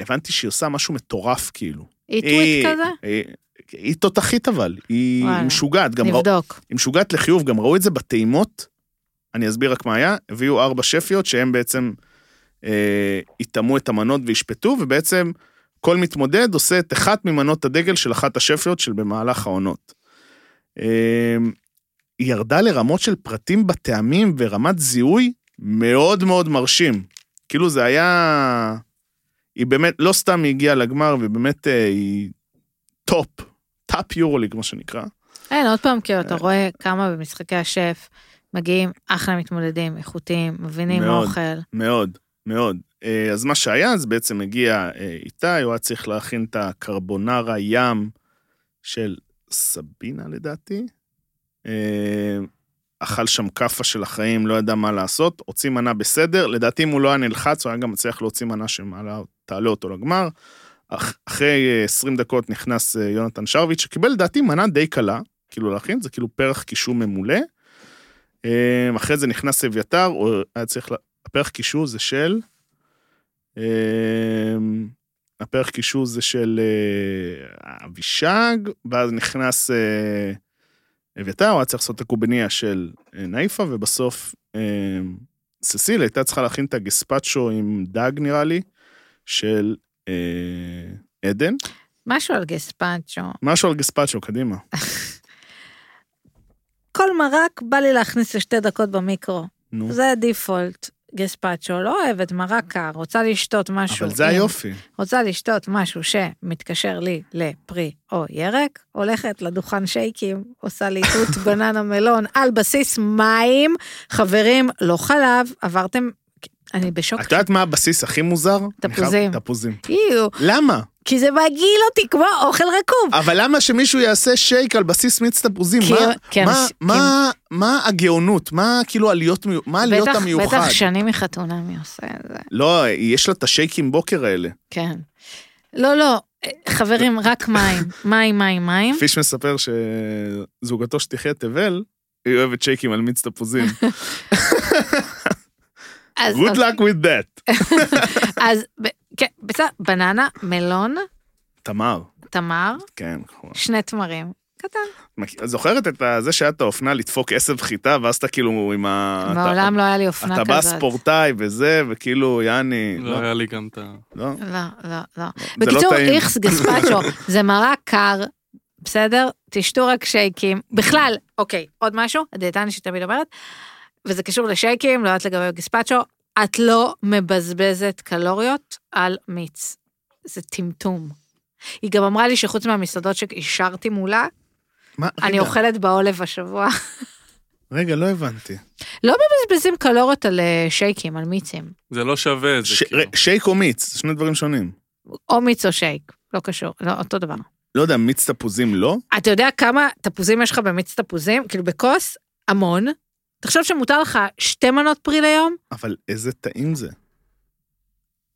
הבנתי שהיא עושה משהו מטורף, כאילו. איטוויט היא- כזה? היא- היא תותחית אבל, היא וואלה. משוגעת, גם ראו- נבדוק. היא משוגעת לחיוב, גם ראו את זה בטעימות. אני אסביר רק מה היה, הביאו ארבע שפיות שהן בעצם אה, יטעמו את המנות וישפטו, ובעצם כל מתמודד עושה את אחת ממנות הדגל של אחת השפיות של במהלך העונות. אה, היא ירדה לרמות של פרטים בטעמים ורמת זיהוי מאוד מאוד מרשים. כאילו זה היה... היא באמת, לא סתם היא הגיעה לגמר, ובאמת אה, היא טופ, טאפ יורוליג, מה שנקרא. אין, עוד פעם, כאילו, אה. אתה רואה כמה במשחקי השף מגיעים אחלה מתמודדים, איכותיים, מבינים מאוד. אוכל. מאוד, מאוד. אה, אז מה שהיה, אז בעצם הגיע אה, איתי, הוא היה צריך להכין את הקרבונרה ים של סבינה לדעתי. אה, אכל שם כאפה של החיים, לא ידע מה לעשות, הוציא מנה בסדר, לדעתי אם הוא לא היה נלחץ, הוא היה גם מצליח להוציא מנה שתעלה אותו לגמר. אח- אחרי אה, 20 דקות נכנס אה, יונתן שרביט, שקיבל לדעתי מנה די קלה, כאילו להכין, זה כאילו פרח קישור ממולא. אה, אחרי זה נכנס אביתר, הוא היה צריך לה- הפרח קישור זה של... אמ, הפרח קישור זה של אה, אבישג, ואז נכנס אה, אביתר, הוא היה צריך לעשות את הקובניה של אה, נאיפה, ובסוף אמ, ססיל הייתה צריכה להכין את הגספצ'ו עם דג, נראה לי, של אה, עדן. משהו על גספנצ'ו. משהו על גספצ'ו, קדימה. כל מרק בא לי להכניס לשתי דקות במיקרו. נו, זה הדיפולט. גספצ'ו, לא אוהבת מרק קר, רוצה לשתות משהו. כן. לא אבל זה עם- היופי. רוצה לשתות משהו שמתקשר לי לפרי או ירק, הולכת לדוכן שייקים, עושה לי תות בננה מלון על בסיס מים. חברים, לא חלב, עברתם... אני בשוק. את יודעת מה הבסיס הכי מוזר? אני חייב- תפוזים. תפוזים. איו, למה? כי זה מגעיל אותי כמו אוכל רקוב. אבל למה שמישהו יעשה שייק על בסיס מיץ תפוזים? כי- מה- כי מה- אנש- מה- מה הגאונות? מה כאילו עליות, מיו- מה עליות בטח, המיוחד? בטח שני מחתונה מי עושה את זה, לא, יש לה את השייקים בוקר האלה. כן. לא, לא, חברים, רק מים, מים, מים, מים. פיש מספר שזוגתו שתחיה תבל, היא אוהבת שייקים על מיץ תפוזים. אז- Good אז- luck with that. אז, ב- כן, בסדר, בננה, מלון, תמר, תמר, כן. כמובן. שני תמרים, קטן. מכ- את זוכרת את ה- זה שהיה את האופנה לדפוק עשב חיטה, ואז אתה כאילו עם ה... אתה- מעולם לא היה לי אופנה כזאת. אתה בא ספורטאי וזה, וכאילו, יעני... לא לא, היה לי גם את ה... לא. לא, לא, לא. לא בקיצור, טעים. איכס גספצ'ו, זה מרק קר, בסדר? תשתו רק שייקים. בכלל, אוקיי, עוד משהו, הדיאטנית שתמיד אומרת, וזה קשור לשייקים, לא יודעת לגבי גספצ'ו, את לא מבזבזת קלוריות על מיץ. זה טמטום. היא גם אמרה לי שחוץ מהמסעדות שאישרתי מולה, מה, אני רגע, אוכלת בעולב השבוע. רגע, לא הבנתי. מבזבזים קלוריות על אה, שייקים, על מיצים. זה לא שווה את זה, ש- כאילו. ר- שייק או מיץ, שני דברים שונים. או מיץ או שייק, לא קשור, לא, אותו דבר. לא יודע, מיץ תפוזים לא? אתה יודע כמה תפוזים יש לך במיץ תפוזים? כאילו בכוס, המון. תחשוב שמותר לך שתי מנות פרי ליום, אבל איזה טעים לא, זה.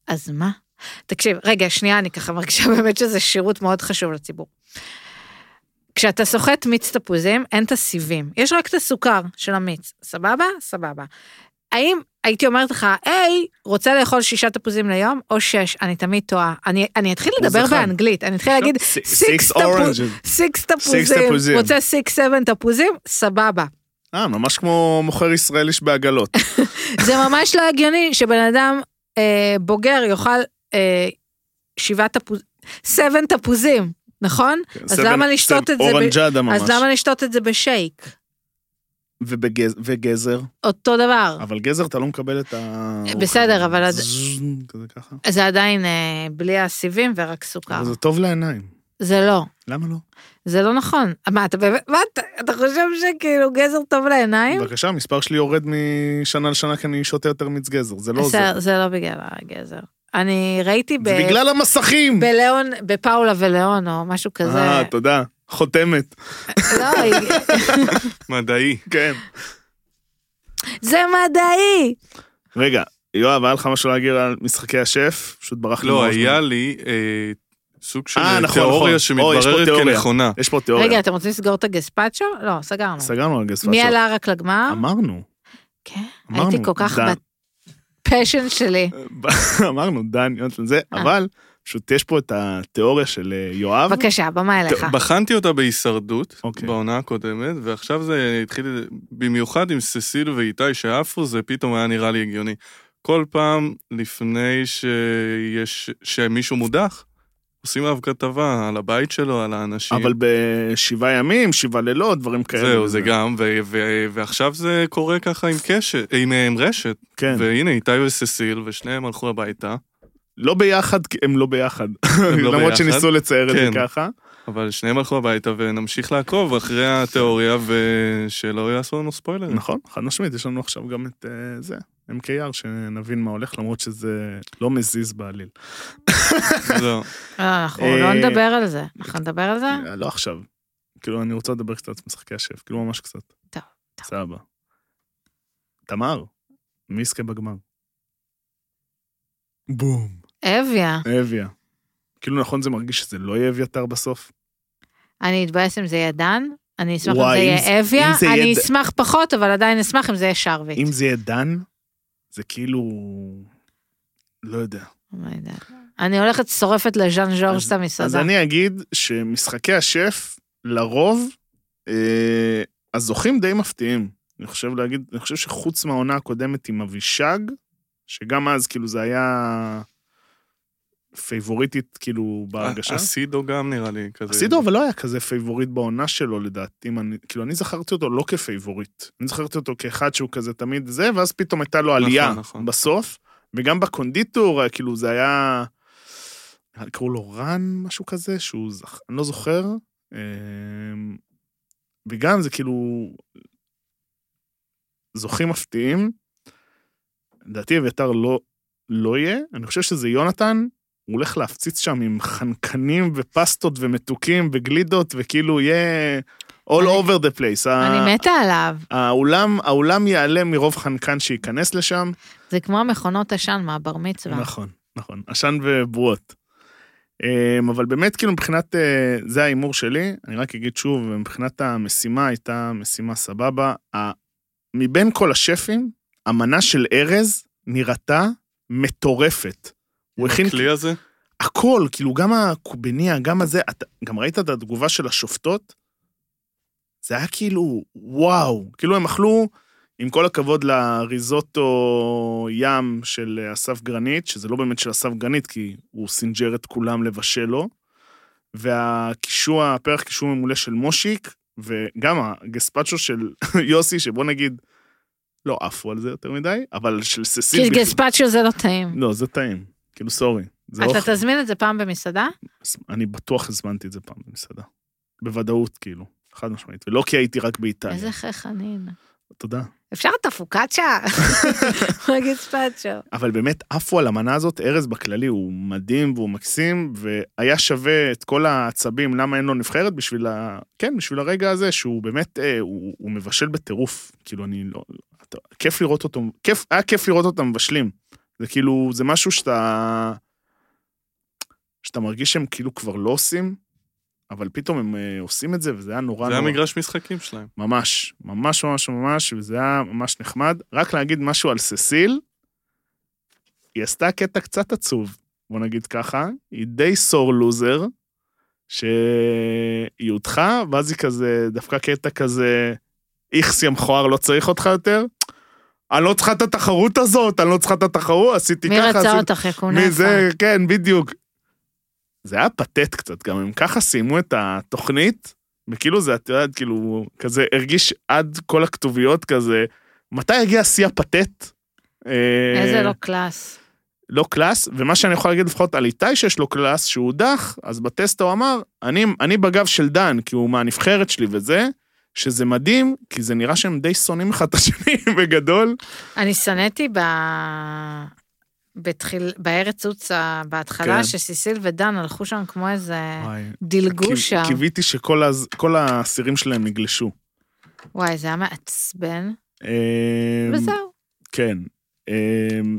אז מה? תקשיב, רגע, שנייה, אני ככה מרגישה באמת שזה שירות מאוד חשוב לציבור. כשאתה סוחט מיץ תפוזים, אין את הסיבים. יש רק את הסוכר של המיץ. סבבה? סבבה. האם הייתי אומרת לך, היי, רוצה לאכול שישה תפוזים ליום, או שש? אני תמיד טועה. אני, אני אתחיל אחוז לדבר אחד. באנגלית, אני אתחיל להגיד, ס- סיקס six oranges. סיקס תפוזים, תפוזים. רוצה סיקס סבן תפוזים, סבבה. אה, ממש כמו מוכר ישראלי שבעגלות. זה ממש לא הגיוני שבן אדם אה, בוגר יאכל אה, שבעה תפוזים, סבן תפוזים, נכון? אז כן, סבן- למה לשתות סבן- את זה ב- אורנג'אדה ממש. אז למה לשתות את זה בשייק? ובגז- וגזר, אותו דבר. אבל גזר אתה לא מקבל את ה... אה, בסדר, אבל אז- זזז, כזה ככה. זה עדיין אה, בלי הסיבים ורק סוכר. אבל זה טוב לעיניים. זה לא, למה לא? זה לא נכון. מה, אתה באמת, מה, אתה- אתה חושב שכאילו גזר טוב לעיניים? בבקשה, המספר שלי יורד משנה לשנה כי אני שותה יותר מיץ גזר, זה לא עוזר. בסדר, זה לא בגלל הגזר. אני ראיתי ב... זה בגלל המסכים! בליאון, בפאולה וליאון או משהו כזה. אה, תודה. חותמת. לא, היא- מדעי. כן. זה מדעי. רגע, יואב, היה לך משהו להגיד על משחקי השף? פשוט ברח לי. לא, מהראש. היה לי אה, סוג של אה, נכון, נכון. תיאוריה אוי, יש פה שמתבררת תיאוריה. כנכונה. יש פה תיאוריה. רגע, אתם רוצים לסגור את הגספצ'ו? לא, סגרנו. לא, סגרנו על גספצ'ו. מי עלה רק לגמר? אמרנו. כן. אמרנו, הייתי כל כך דן. בפשן שלי. אמרנו, דן, יונתן זה, אה. אבל פשוט יש פה את התיאוריה של אה, יואב. בבקשה, במה אליך. בחנתי אותה בהישרדות, אוקיי. בעונה הקודמת, ועכשיו זה התחיל, במיוחד עם ססיל ואיתי שעפו, זה פתאום היה נראה לי הגיוני. כל פעם לפני שיש, שמישהו מודח, עושים עליו כתבה, על הבית שלו, על האנשים. אבל בשבעה ימים, שבעה לילות, דברים כאלה. זהו, זה גם, ו- ו- ועכשיו זה קורה ככה עם קשת, עם אה, עם רשת. כן. והנה, איתי וססיל, ושניהם הלכו הביתה, לא ביחד, כי הם לא ביחד. לא למרות ביחד. שניסו לצייר את זה כן. ככה. אבל שניהם הלכו הביתה, ונמשיך לעקוב אחרי התיאוריה, ושלא יעשו לנו ספוילרים. נכון, חד משמעית, יש לנו עכשיו גם את אה, זה, MKR, שנבין מה הולך, למרות שזה לא מזיז בעליל. לא. לא, אנחנו אה, לא נדבר על זה. אנחנו נדבר על זה? אה, לא עכשיו. כאילו, אני רוצה לדבר קצת על משחקי השף, כאילו ממש קצת. טוב, טוב. סבבה. תמר, מי יזכה בגמר? בום. אביה. אביה. כאילו נכון זה מרגיש שזה לא יהיה אביתר בסוף? אני אתבאס אם זה יהיה דן. אני אשמח אם וואי, זה אם יהיה זה- אם זה אביה. יהיה אני ד- אשמח פחות, אבל עדיין אשמח אם זה יהיה שרביט. אם זה יהיה דן, זה כאילו... לא יודע. לא יודעת. אני הולכת שורפת לז'אן ז'ורז' אז את המסעדה. אני אגיד שמשחקי השף, לרוב, אה, הזוכים די מפתיעים. אני חושב להגיד, אני חושב שחוץ מהעונה הקודמת עם אבישג, שגם אז כאילו זה היה פייבוריטית כאילו בהרגשה. הסידו גם נראה לי כזה. סידו אבל לא היה כזה פייבוריט בעונה שלו לדעתי, אם אני, כאילו אני זכרתי אותו לא כפייבוריט, אני זכרתי אותו כאחד שהוא כזה תמיד זה, ואז פתאום הייתה לו עלייה נכון. בסוף, וגם בקונדיטור, אה, כאילו זה היה, קראו לו רן, משהו כזה, שהוא, זכ... אני לא זוכר, אמ, וגם זה כאילו, זוכים מפתיעים, לדעתי אביתר לא, לא יהיה, אני חושב שזה יונתן, הוא הולך להפציץ שם עם חנקנים ופסטות ומתוקים וגלידות, וכאילו יהיה all אני- over the place. ה- אני מתה עליו. האולם, האולם יעלה מרוב חנקן שייכנס לשם. זה כמו המכונות עשן מהבר מצווה. נכון, נכון. עשן ובועות. אמ, אבל באמת, כאילו, מבחינת... אה, זה ההימור שלי. אני רק אגיד שוב, מבחינת המשימה, הייתה משימה סבבה. ה- מבין כל השפים, המנה של ארז נראתה מטורפת. הוא הכין הכלי הזה? הכל, כאילו, גם הקובניה, גם הזה, אתה, גם ראית את התגובה של השופטות? זה היה כאילו, וואו. כאילו הם אכלו, עם כל הכבוד לריזוטו ים של אסף גרנית, שזה לא באמת של אסף גרנית, כי הוא סינג'ר את כולם לבשל לו, והקישוע, הפרח קישוע ממולא של מושיק, וגם הגספצ'ו של יוסי, שבוא נגיד, לא עפו על זה יותר מדי, אבל של ססיל... כי בכלל- גספצ'ו זה לא טעים. לא, זה טעים. כאילו, סורי. זה אתה אוכל. תזמין את זה פעם במסעדה? אני בטוח הזמנתי את זה פעם במסעדה. בוודאות, כאילו. חד משמעית. ולא כי הייתי רק באיטליה. איזה חכנין. תודה. אפשר את הפוקאצ'ה? גספצ'ו. אבל באמת עפו על המנה הזאת, ארז בכללי הוא מדהים והוא מקסים, והיה שווה את כל העצבים למה אין לו נבחרת בשביל ה... כן, בשביל הרגע הזה שהוא באמת, אה, הוא, הוא מבשל בטירוף. כאילו, אני לא... אתה, כיף לראות אותו, כיף, היה כיף לראות אותם מבשלים. זה כאילו, זה משהו שאתה... שאתה מרגיש שהם כאילו כבר לא עושים, אבל פתאום הם אה, עושים את זה, וזה היה נורא זה נורא. המגרש משחקים שלהם. ממש, ממש ממש ממש, וזה היה ממש נחמד. רק להגיד משהו על ססיל, היא עשתה קטע קצת עצוב, בוא נגיד ככה, היא די סור לוזר, שהיא הודחה, ואז היא כזה, דווקא קטע כזה, איכס יא מכוער, לא צריך אותך יותר. אני לא צריכה את התחרות הזאת, אני לא צריכה את התחרות, עשיתי מי ככה, רצה עשיתי- אותך, יקונה? מי זה, כן, בדיוק. זה היה פתט קצת, גם הם ככה סיימו את התוכנית, וכאילו זה, את יודעת, כאילו, כזה הרגיש עד כל הכתוביות כזה, מתי יגיע שיא הפתט? אה, איזה לא קלאס. לא קלאס, ומה שאני יכול להגיד לפחות על איתי שיש לו קלאס, שהוא הודח, אז בטסט הוא אמר, אני, אני בגב של דן, כי הוא מהנבחרת שלי וזה, שזה מדהים, כי זה נראה שהם די שונאים אחד את השני בגדול. אני שנאתי ב... בתחיל... בארץ עוצה בהתחלה, כן. שסיסיל ודן הלכו שם כמו איזה וואי. דילגו כן. שם. קיו- קיוויתי שכל הז- כל האסירים שלהם יגלשו. וואי, זה היה מעצבן. אה, וזהו. כן. אמ,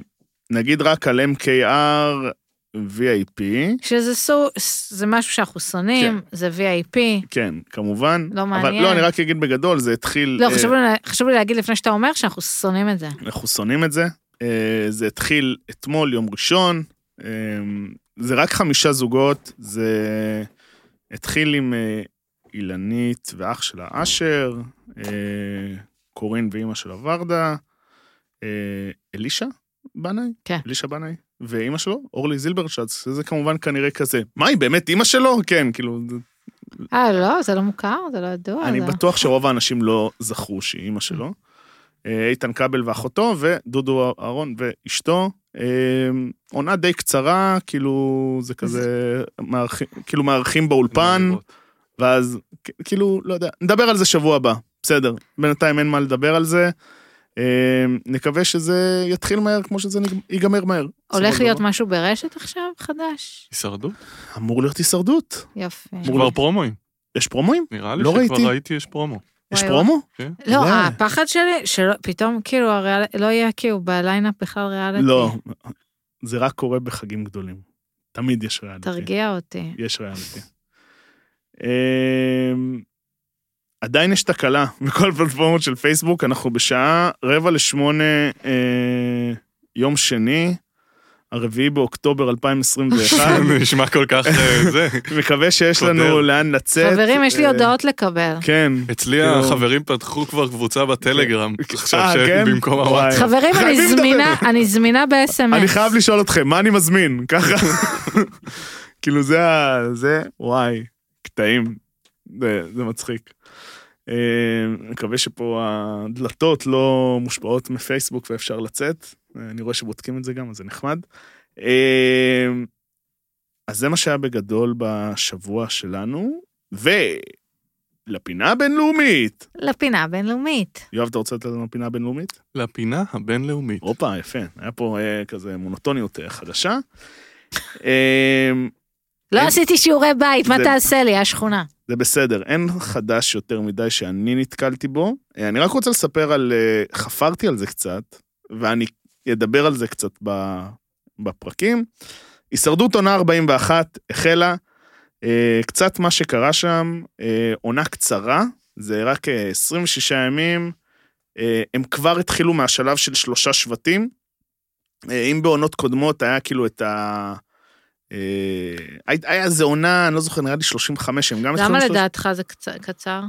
נגיד רק על MKR VIP, שזה סו... זה משהו שאנחנו שונאים, זה VIP. כן, כמובן. לא אבל מעניין. לא, אני רק אגיד בגדול, זה התחיל... לא, אה, חשוב לי לה- חשוב לי להגיד לפני שאתה אומר שאנחנו שונאים את זה. אנחנו שונאים את זה. אה, זה התחיל אתמול, יום ראשון. אה, זה רק חמישה זוגות. זה התחיל עם אה, אילנית ואח שלה אשר, אה, קורין ואימא שלה ורדה, אה, אלישע בנאי? כן. אלישע בנאי? ואימא שלו, אורלי זילברשץ, זה כמובן כנראה כזה. מה, היא באמת אימא שלו? כן, כאילו, זה- אה, לא, זה לא מוכר? זה לא ידוע? אני זה- בטוח שרוב האנשים לא זכרו שהיא אימא שלו. אה, איתן כבל ואחותו, ודודו אהרון ואשתו. אה, עונה די קצרה, כאילו, זה כזה, מארחים- כאילו מארחים באולפן, ואז, כ- כאילו, לא יודע, נדבר על זה שבוע הבא, בסדר. בינתיים אין מה לדבר על זה. אה, נקווה שזה יתחיל מהר כמו שזה נג- ייגמר מהר. הולך בסופו של להיות דבר. משהו ברשת עכשיו חדש? הישרדות? אמור להיות הישרדות. יופי. מור- כבר פרומואים. יש פרומואים? נראה לי לא ראיתי. שכבר ראיתי יש פרומו. יש וואי, פרומו? כן? לא, לא. הפחד שלי, שלא, פתאום כאילו הריאל... לא יהיה כאילו בליינאפ בכלל ריאליטי. לא, זה רק קורה בחגים גדולים. תמיד יש ריאליטי. תרגיע אותי. יש ריאליטי. אמ, עדיין יש תקלה בכל הפלטפורמות של פייסבוק, אנחנו בשעה רבע לשמונה אה, יום שני, הרביעי באוקטובר 2021. זה נשמע כל כך אה, זה. מקווה שיש פותר. לנו לאן לצאת. חברים, יש לי אה, הודעות לקבל. כן. אצלי כאילו- החברים פתחו כבר קבוצה בטלגרם. עכשיו אה, כן? שבמקום הוואטסאפ. וואי. חברים, אני חייבים לדבר. זמינה, אני זמינה ב-SMS. אני חייב לשאול אתכם, מה אני מזמין? ככה. כאילו זה ה... זה, וואי, קטעים. זה, זה מצחיק. אה, מקווה שפה הדלתות לא מושפעות מפייסבוק ואפשר לצאת. אה, אני רואה שבודקים את זה גם, אז זה נחמד. אה, אז זה מה שהיה בגדול בשבוע שלנו, ולפינה הבינלאומית. לפינה הבינלאומית. יואב, אתה רוצה לתת לנו פינה בינלאומית? לפינה הבינלאומית. הופה, יפה. היה פה אה, כזה מונוטוניות אה, חדשה. אה, לא אין- עשיתי שיעורי בית, מה זה- תעשה לי, השכונה. זה בסדר, אין חדש יותר מדי שאני נתקלתי בו. אה, אני רק רוצה לספר על... אה, חפרתי על זה קצת, ואני אדבר על זה קצת ב- בפרקים. הישרדות עונה 41 החלה. אה, קצת מה שקרה שם, אה, עונה קצרה, זה רק אה, 26 ימים. אה, הם כבר התחילו מהשלב של שלושה שבטים. אה, אם בעונות קודמות היה כאילו את ה... אה, היה- היה איזה עונה, אני לא זוכר, נראה לי 35, הם גם התחילו... למה עם שלוש- לדעתך זה קצ- קצר?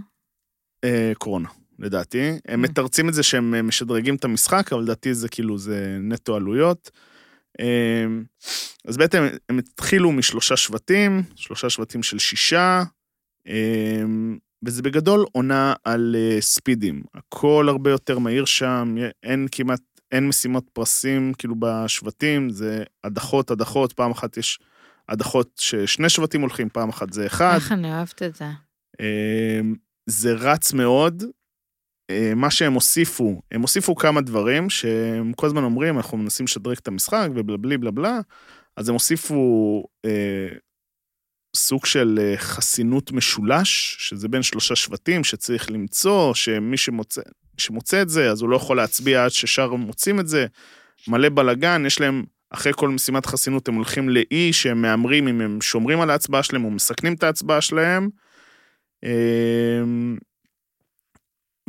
אה, קורונה, לדעתי. הם Mm. מתרצים את זה שהם אה, משדרגים את המשחק, אבל לדעתי זה כאילו, זה נטו עלויות. אה, אז בעצם הם התחילו משלושה שבטים, שלושה שבטים של שישה, אה, וזה בגדול עונה על אה, ספידים. הכל הרבה יותר מהיר שם, אין כמעט, אין משימות פרסים כאילו בשבטים, זה הדחות, הדחות, פעם אחת יש הדחות ששני שבטים הולכים, פעם אחת זה אחד. איך אני אוהבת את זה. אמ, זה רץ מאוד. אמ, מה שהם הוסיפו, הם הוסיפו כמה דברים שהם כל הזמן אומרים, אנחנו מנסים לשדרג את המשחק ובלה בלי בלה בלה, אז הם הוסיפו אה, סוג של אה, חסינות משולש, שזה בין שלושה שבטים שצריך למצוא, שמי שמוצא, שמוצא את זה, אז הוא לא יכול להצביע עד ששאר מוצאים את זה. מלא בלאגן, יש להם, אחרי כל משימת חסינות הם הולכים לאי, שהם מהמרים אם הם שומרים על ההצבעה שלהם או מסכנים את ההצבעה שלהם. אמ,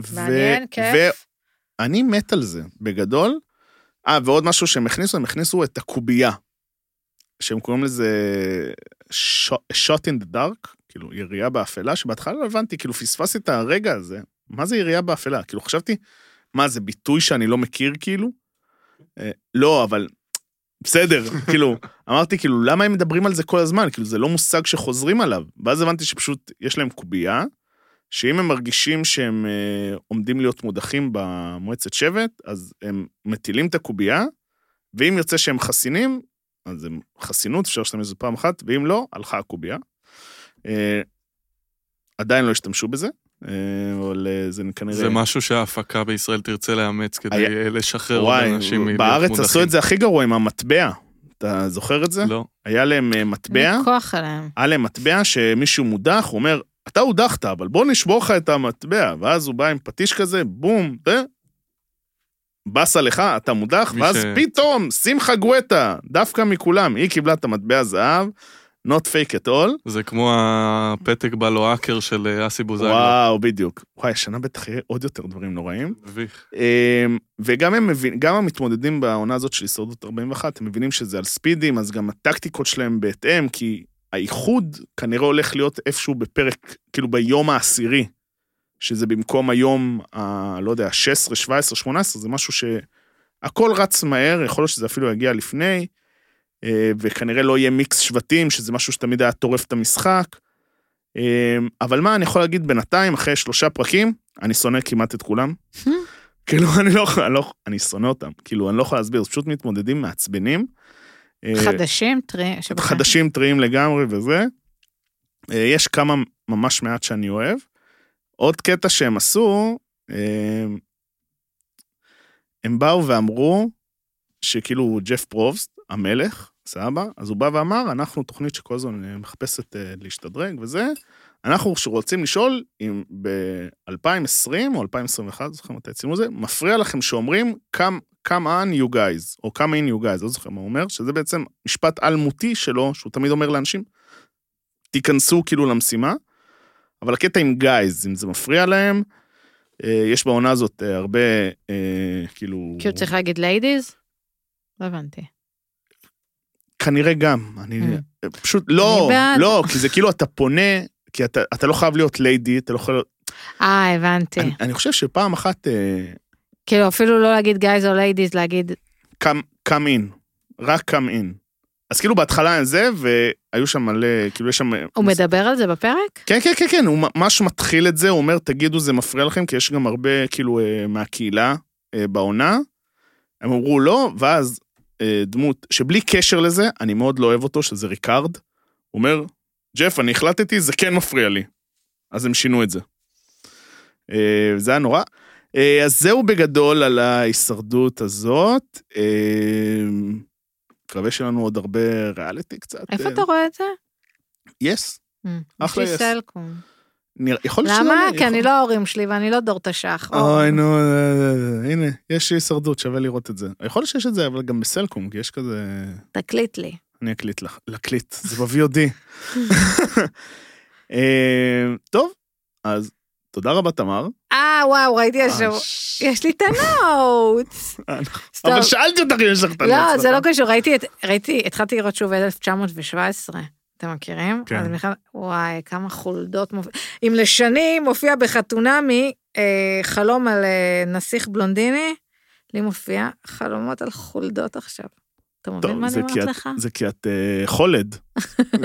ו- מעניין, כן. כיף. ואני מת על זה, בגדול. אה, ועוד משהו שהם הכניסו, הם הכניסו את הקובייה. שהם קוראים לזה shot- shot in the dark, כאילו ירייה באפלה, שבהתחלה לא הבנתי, כאילו פספסתי את הרגע הזה, מה זה ירייה באפלה? כאילו חשבתי, מה, זה ביטוי שאני לא מכיר כאילו? אה, לא, אבל בסדר, כאילו, אמרתי כאילו, למה הם מדברים על זה כל הזמן? כאילו, זה לא מושג שחוזרים עליו. ואז הבנתי שפשוט יש להם קובייה, שאם הם מרגישים שהם אה, עומדים להיות מודחים במועצת שבט, אז הם מטילים את הקובייה, ואם יוצא שהם חסינים, אז הם חסינות, אפשר להשתמש בזה פעם אחת, ואם לא, הלכה הקובייה. אה, עדיין לא השתמשו בזה, אה, אבל אה, זה כנראה... זה משהו שההפקה בישראל תרצה לאמץ כדי היה- אה, לשחרר עוד וואי, אנשים מלהיות בארץ עשו מודחים. את זה הכי גרוע עם המטבע. אתה זוכר את זה? לא. היה להם אה, אין מטבע, לי כוח עליהם. היה להם מטבע שמישהו מודח, הוא אומר, אתה הודחת, אבל בוא נשבור לך את המטבע. ואז הוא בא עם פטיש כזה, בום, ו... באסה לך, אתה מודח, מי ואז ש- פתאום, שמחה גואטה, דווקא מכולם, היא קיבלה את המטבע זהב, not fake at all. זה כמו הפתק בלואקר של אה, אסי בוזגלו. וואו, בדיוק. וואי, השנה בטח יהיה עוד יותר דברים נוראים. מביך. אמ, וגם הם מבין, גם המתמודדים בעונה הזאת של הישרדות 41, הם מבינים שזה על ספידים, אז גם הטקטיקות שלהם בהתאם, כי האיחוד כנראה הולך להיות איפשהו בפרק, כאילו ביום העשירי, שזה במקום היום, ה, לא יודע, 16, 17, 18, זה משהו שהכל רץ מהר, יכול להיות שזה אפילו יגיע לפני, אה, וכנראה לא יהיה מיקס שבטים, שזה משהו שתמיד היה טורף את המשחק. אמ, אבל מה אני יכול להגיד בינתיים, אחרי שלושה פרקים, אני שונא כמעט את כולם. כאילו, אני לא יכול, אני לא- אני שונא אותם. כאילו, אני לא יכול להסביר, זה פשוט מתמודדים מעצבנים. אה, חדשים, טרי... שבכלל. חדשים טריים לגמרי וזה. אה, יש כמה ממש מעט שאני אוהב. עוד קטע שהם עשו, אה, הם באו ואמרו שכאילו ג'ף פרובסט, המלך, סבא, אז הוא בא ואמר, אנחנו תוכנית שכל הזמן אה, מחפשת אה, להשתדרג וזה, אנחנו רוצים לשאול אם ב-2020 או 2021, זוכר מתי צילמו זה, מפריע לכם שאומרים come, come on you guys, או come in you guys, לא זוכר מה הוא אומר, שזה בעצם משפט אלמותי שלו, שהוא תמיד אומר לאנשים, תיכנסו כאילו למשימה, אבל הקטע עם guys, אם זה מפריע להם, אה, יש בעונה הזאת אה, הרבה, אה, כאילו... כאילו צריך להגיד ליידיז? לא הבנתי. כנראה גם, אני פשוט, לא, אה. אני בעד. לא, כי זה כאילו אתה פונה, כי אתה, אתה לא חייב להיות ליידי, אתה לא יכול... אה, הבנתי. אני, אני חושב שפעם אחת אה, כאילו אפילו לא להגיד גייז או ליידיז, להגיד come, come in, רק come in. אז כאילו בהתחלה היה זה, והיו שם מלא, כאילו יש שם... הוא מדבר על זה בפרק? כן, כן, כן, כן, הוא ממש מתחיל את זה, הוא אומר, תגידו, זה מפריע לכם, כי יש גם הרבה, כאילו, אה, מהקהילה אה, בעונה. הם אמרו לא, ואז אה, דמות, שבלי קשר לזה, אני מאוד לא אוהב אותו, שזה ריקארד, הוא אומר, ג'ף, אני החלטתי, זה כן מפריע לי. אז הם שינו את זה. אה, זה היה נורא. אה, אז זהו בגדול על ההישרדות הזאת. אה, מקווה שלנו עוד הרבה ריאליטי קצת. אה, איפה אתה רואה את זה? יס. כן. אחלה, לפי יס. סלקום. יכול להיות למה? שלא, כי יכול- אני לא ההורים שלי ואני לא דור תש"ח. אוי, נו, אה, אה, הנה, יש הישרדות, שווה לראות את זה. יכול להיות שיש את זה, אבל גם בסלקום, כי יש כזה... תקליט לי. אני אקליט לך, להקליט, זה ב-VOD. אה, טוב, אז תודה רבה, תמר. אה, וואו, ראיתי השבוע. אה, ש- יש לי את הנוטס. אה, סתום. אבל שאלתי אותך אם יש לך את הנוץ. לא, זה לא נכון? קשור, ראיתי, את- ראיתי, התחלתי לראות שוב 1917. אתם מכירים? כן. אז מיכל, וואי, כמה חולדות מופיע. אם לשני מופיע בחתונמי אה, חלום על אה, נסיך בלונדיני, לי מופיע חלומות על חולדות עכשיו. אתה מבין טוב, מה אני זה כי אומרת את- לך? זה כי את אה, חולד.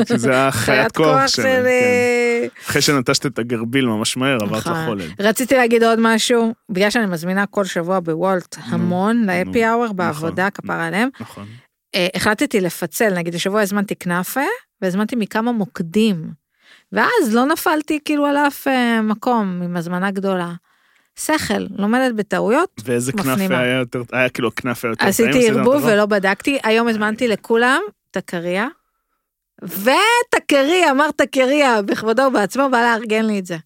כי זה החיית כוח שלהם. של... כן. אה, אחרי שנטשת את הגרביל ממש מהר, עברת נכון. לחולד. רציתי להגיד עוד משהו, בגלל שאני מזמינה כל שבוע בוולט המון להפי האוור בעבודה, כפרה עליהם. נכון. אה, החלטתי לפצל, נגיד השבוע הזמנתי כנאפה, והזמנתי מכמה מוקדים. ואז לא נפלתי כאילו על אף אה, מקום עם הזמנה גדולה. שכל, לומדת בטעויות, ואיזה כנף מפנימה. היה יותר, היה כאילו הכנף היה אה. יותר עשיתי טעים, ערבוב בסדר, אתה ולא בדקתי, היום הזמנתי לכולם תקריה. ותקריה, אמר תקריה, בכבודו ובעצמו, בא לארגן לי את זה.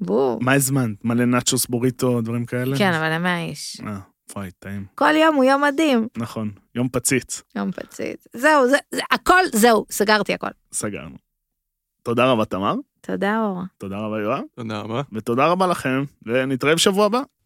בואו. מה הזמנת? מלא נאצ'וס בוריטו, דברים כאלה? כן, אבל הם האיש. אה, וואי, טעים. כל יום הוא יום מדהים. נכון. יום פציץ, יום פציץ. זהו, זה, זה, הכל, זהו, סגרתי הכל. סגרנו. תודה רבה, תמר. תודה, אור. תודה רבה, יואב. תודה רבה. ותודה רבה לכם, ונתראה בשבוע הבא.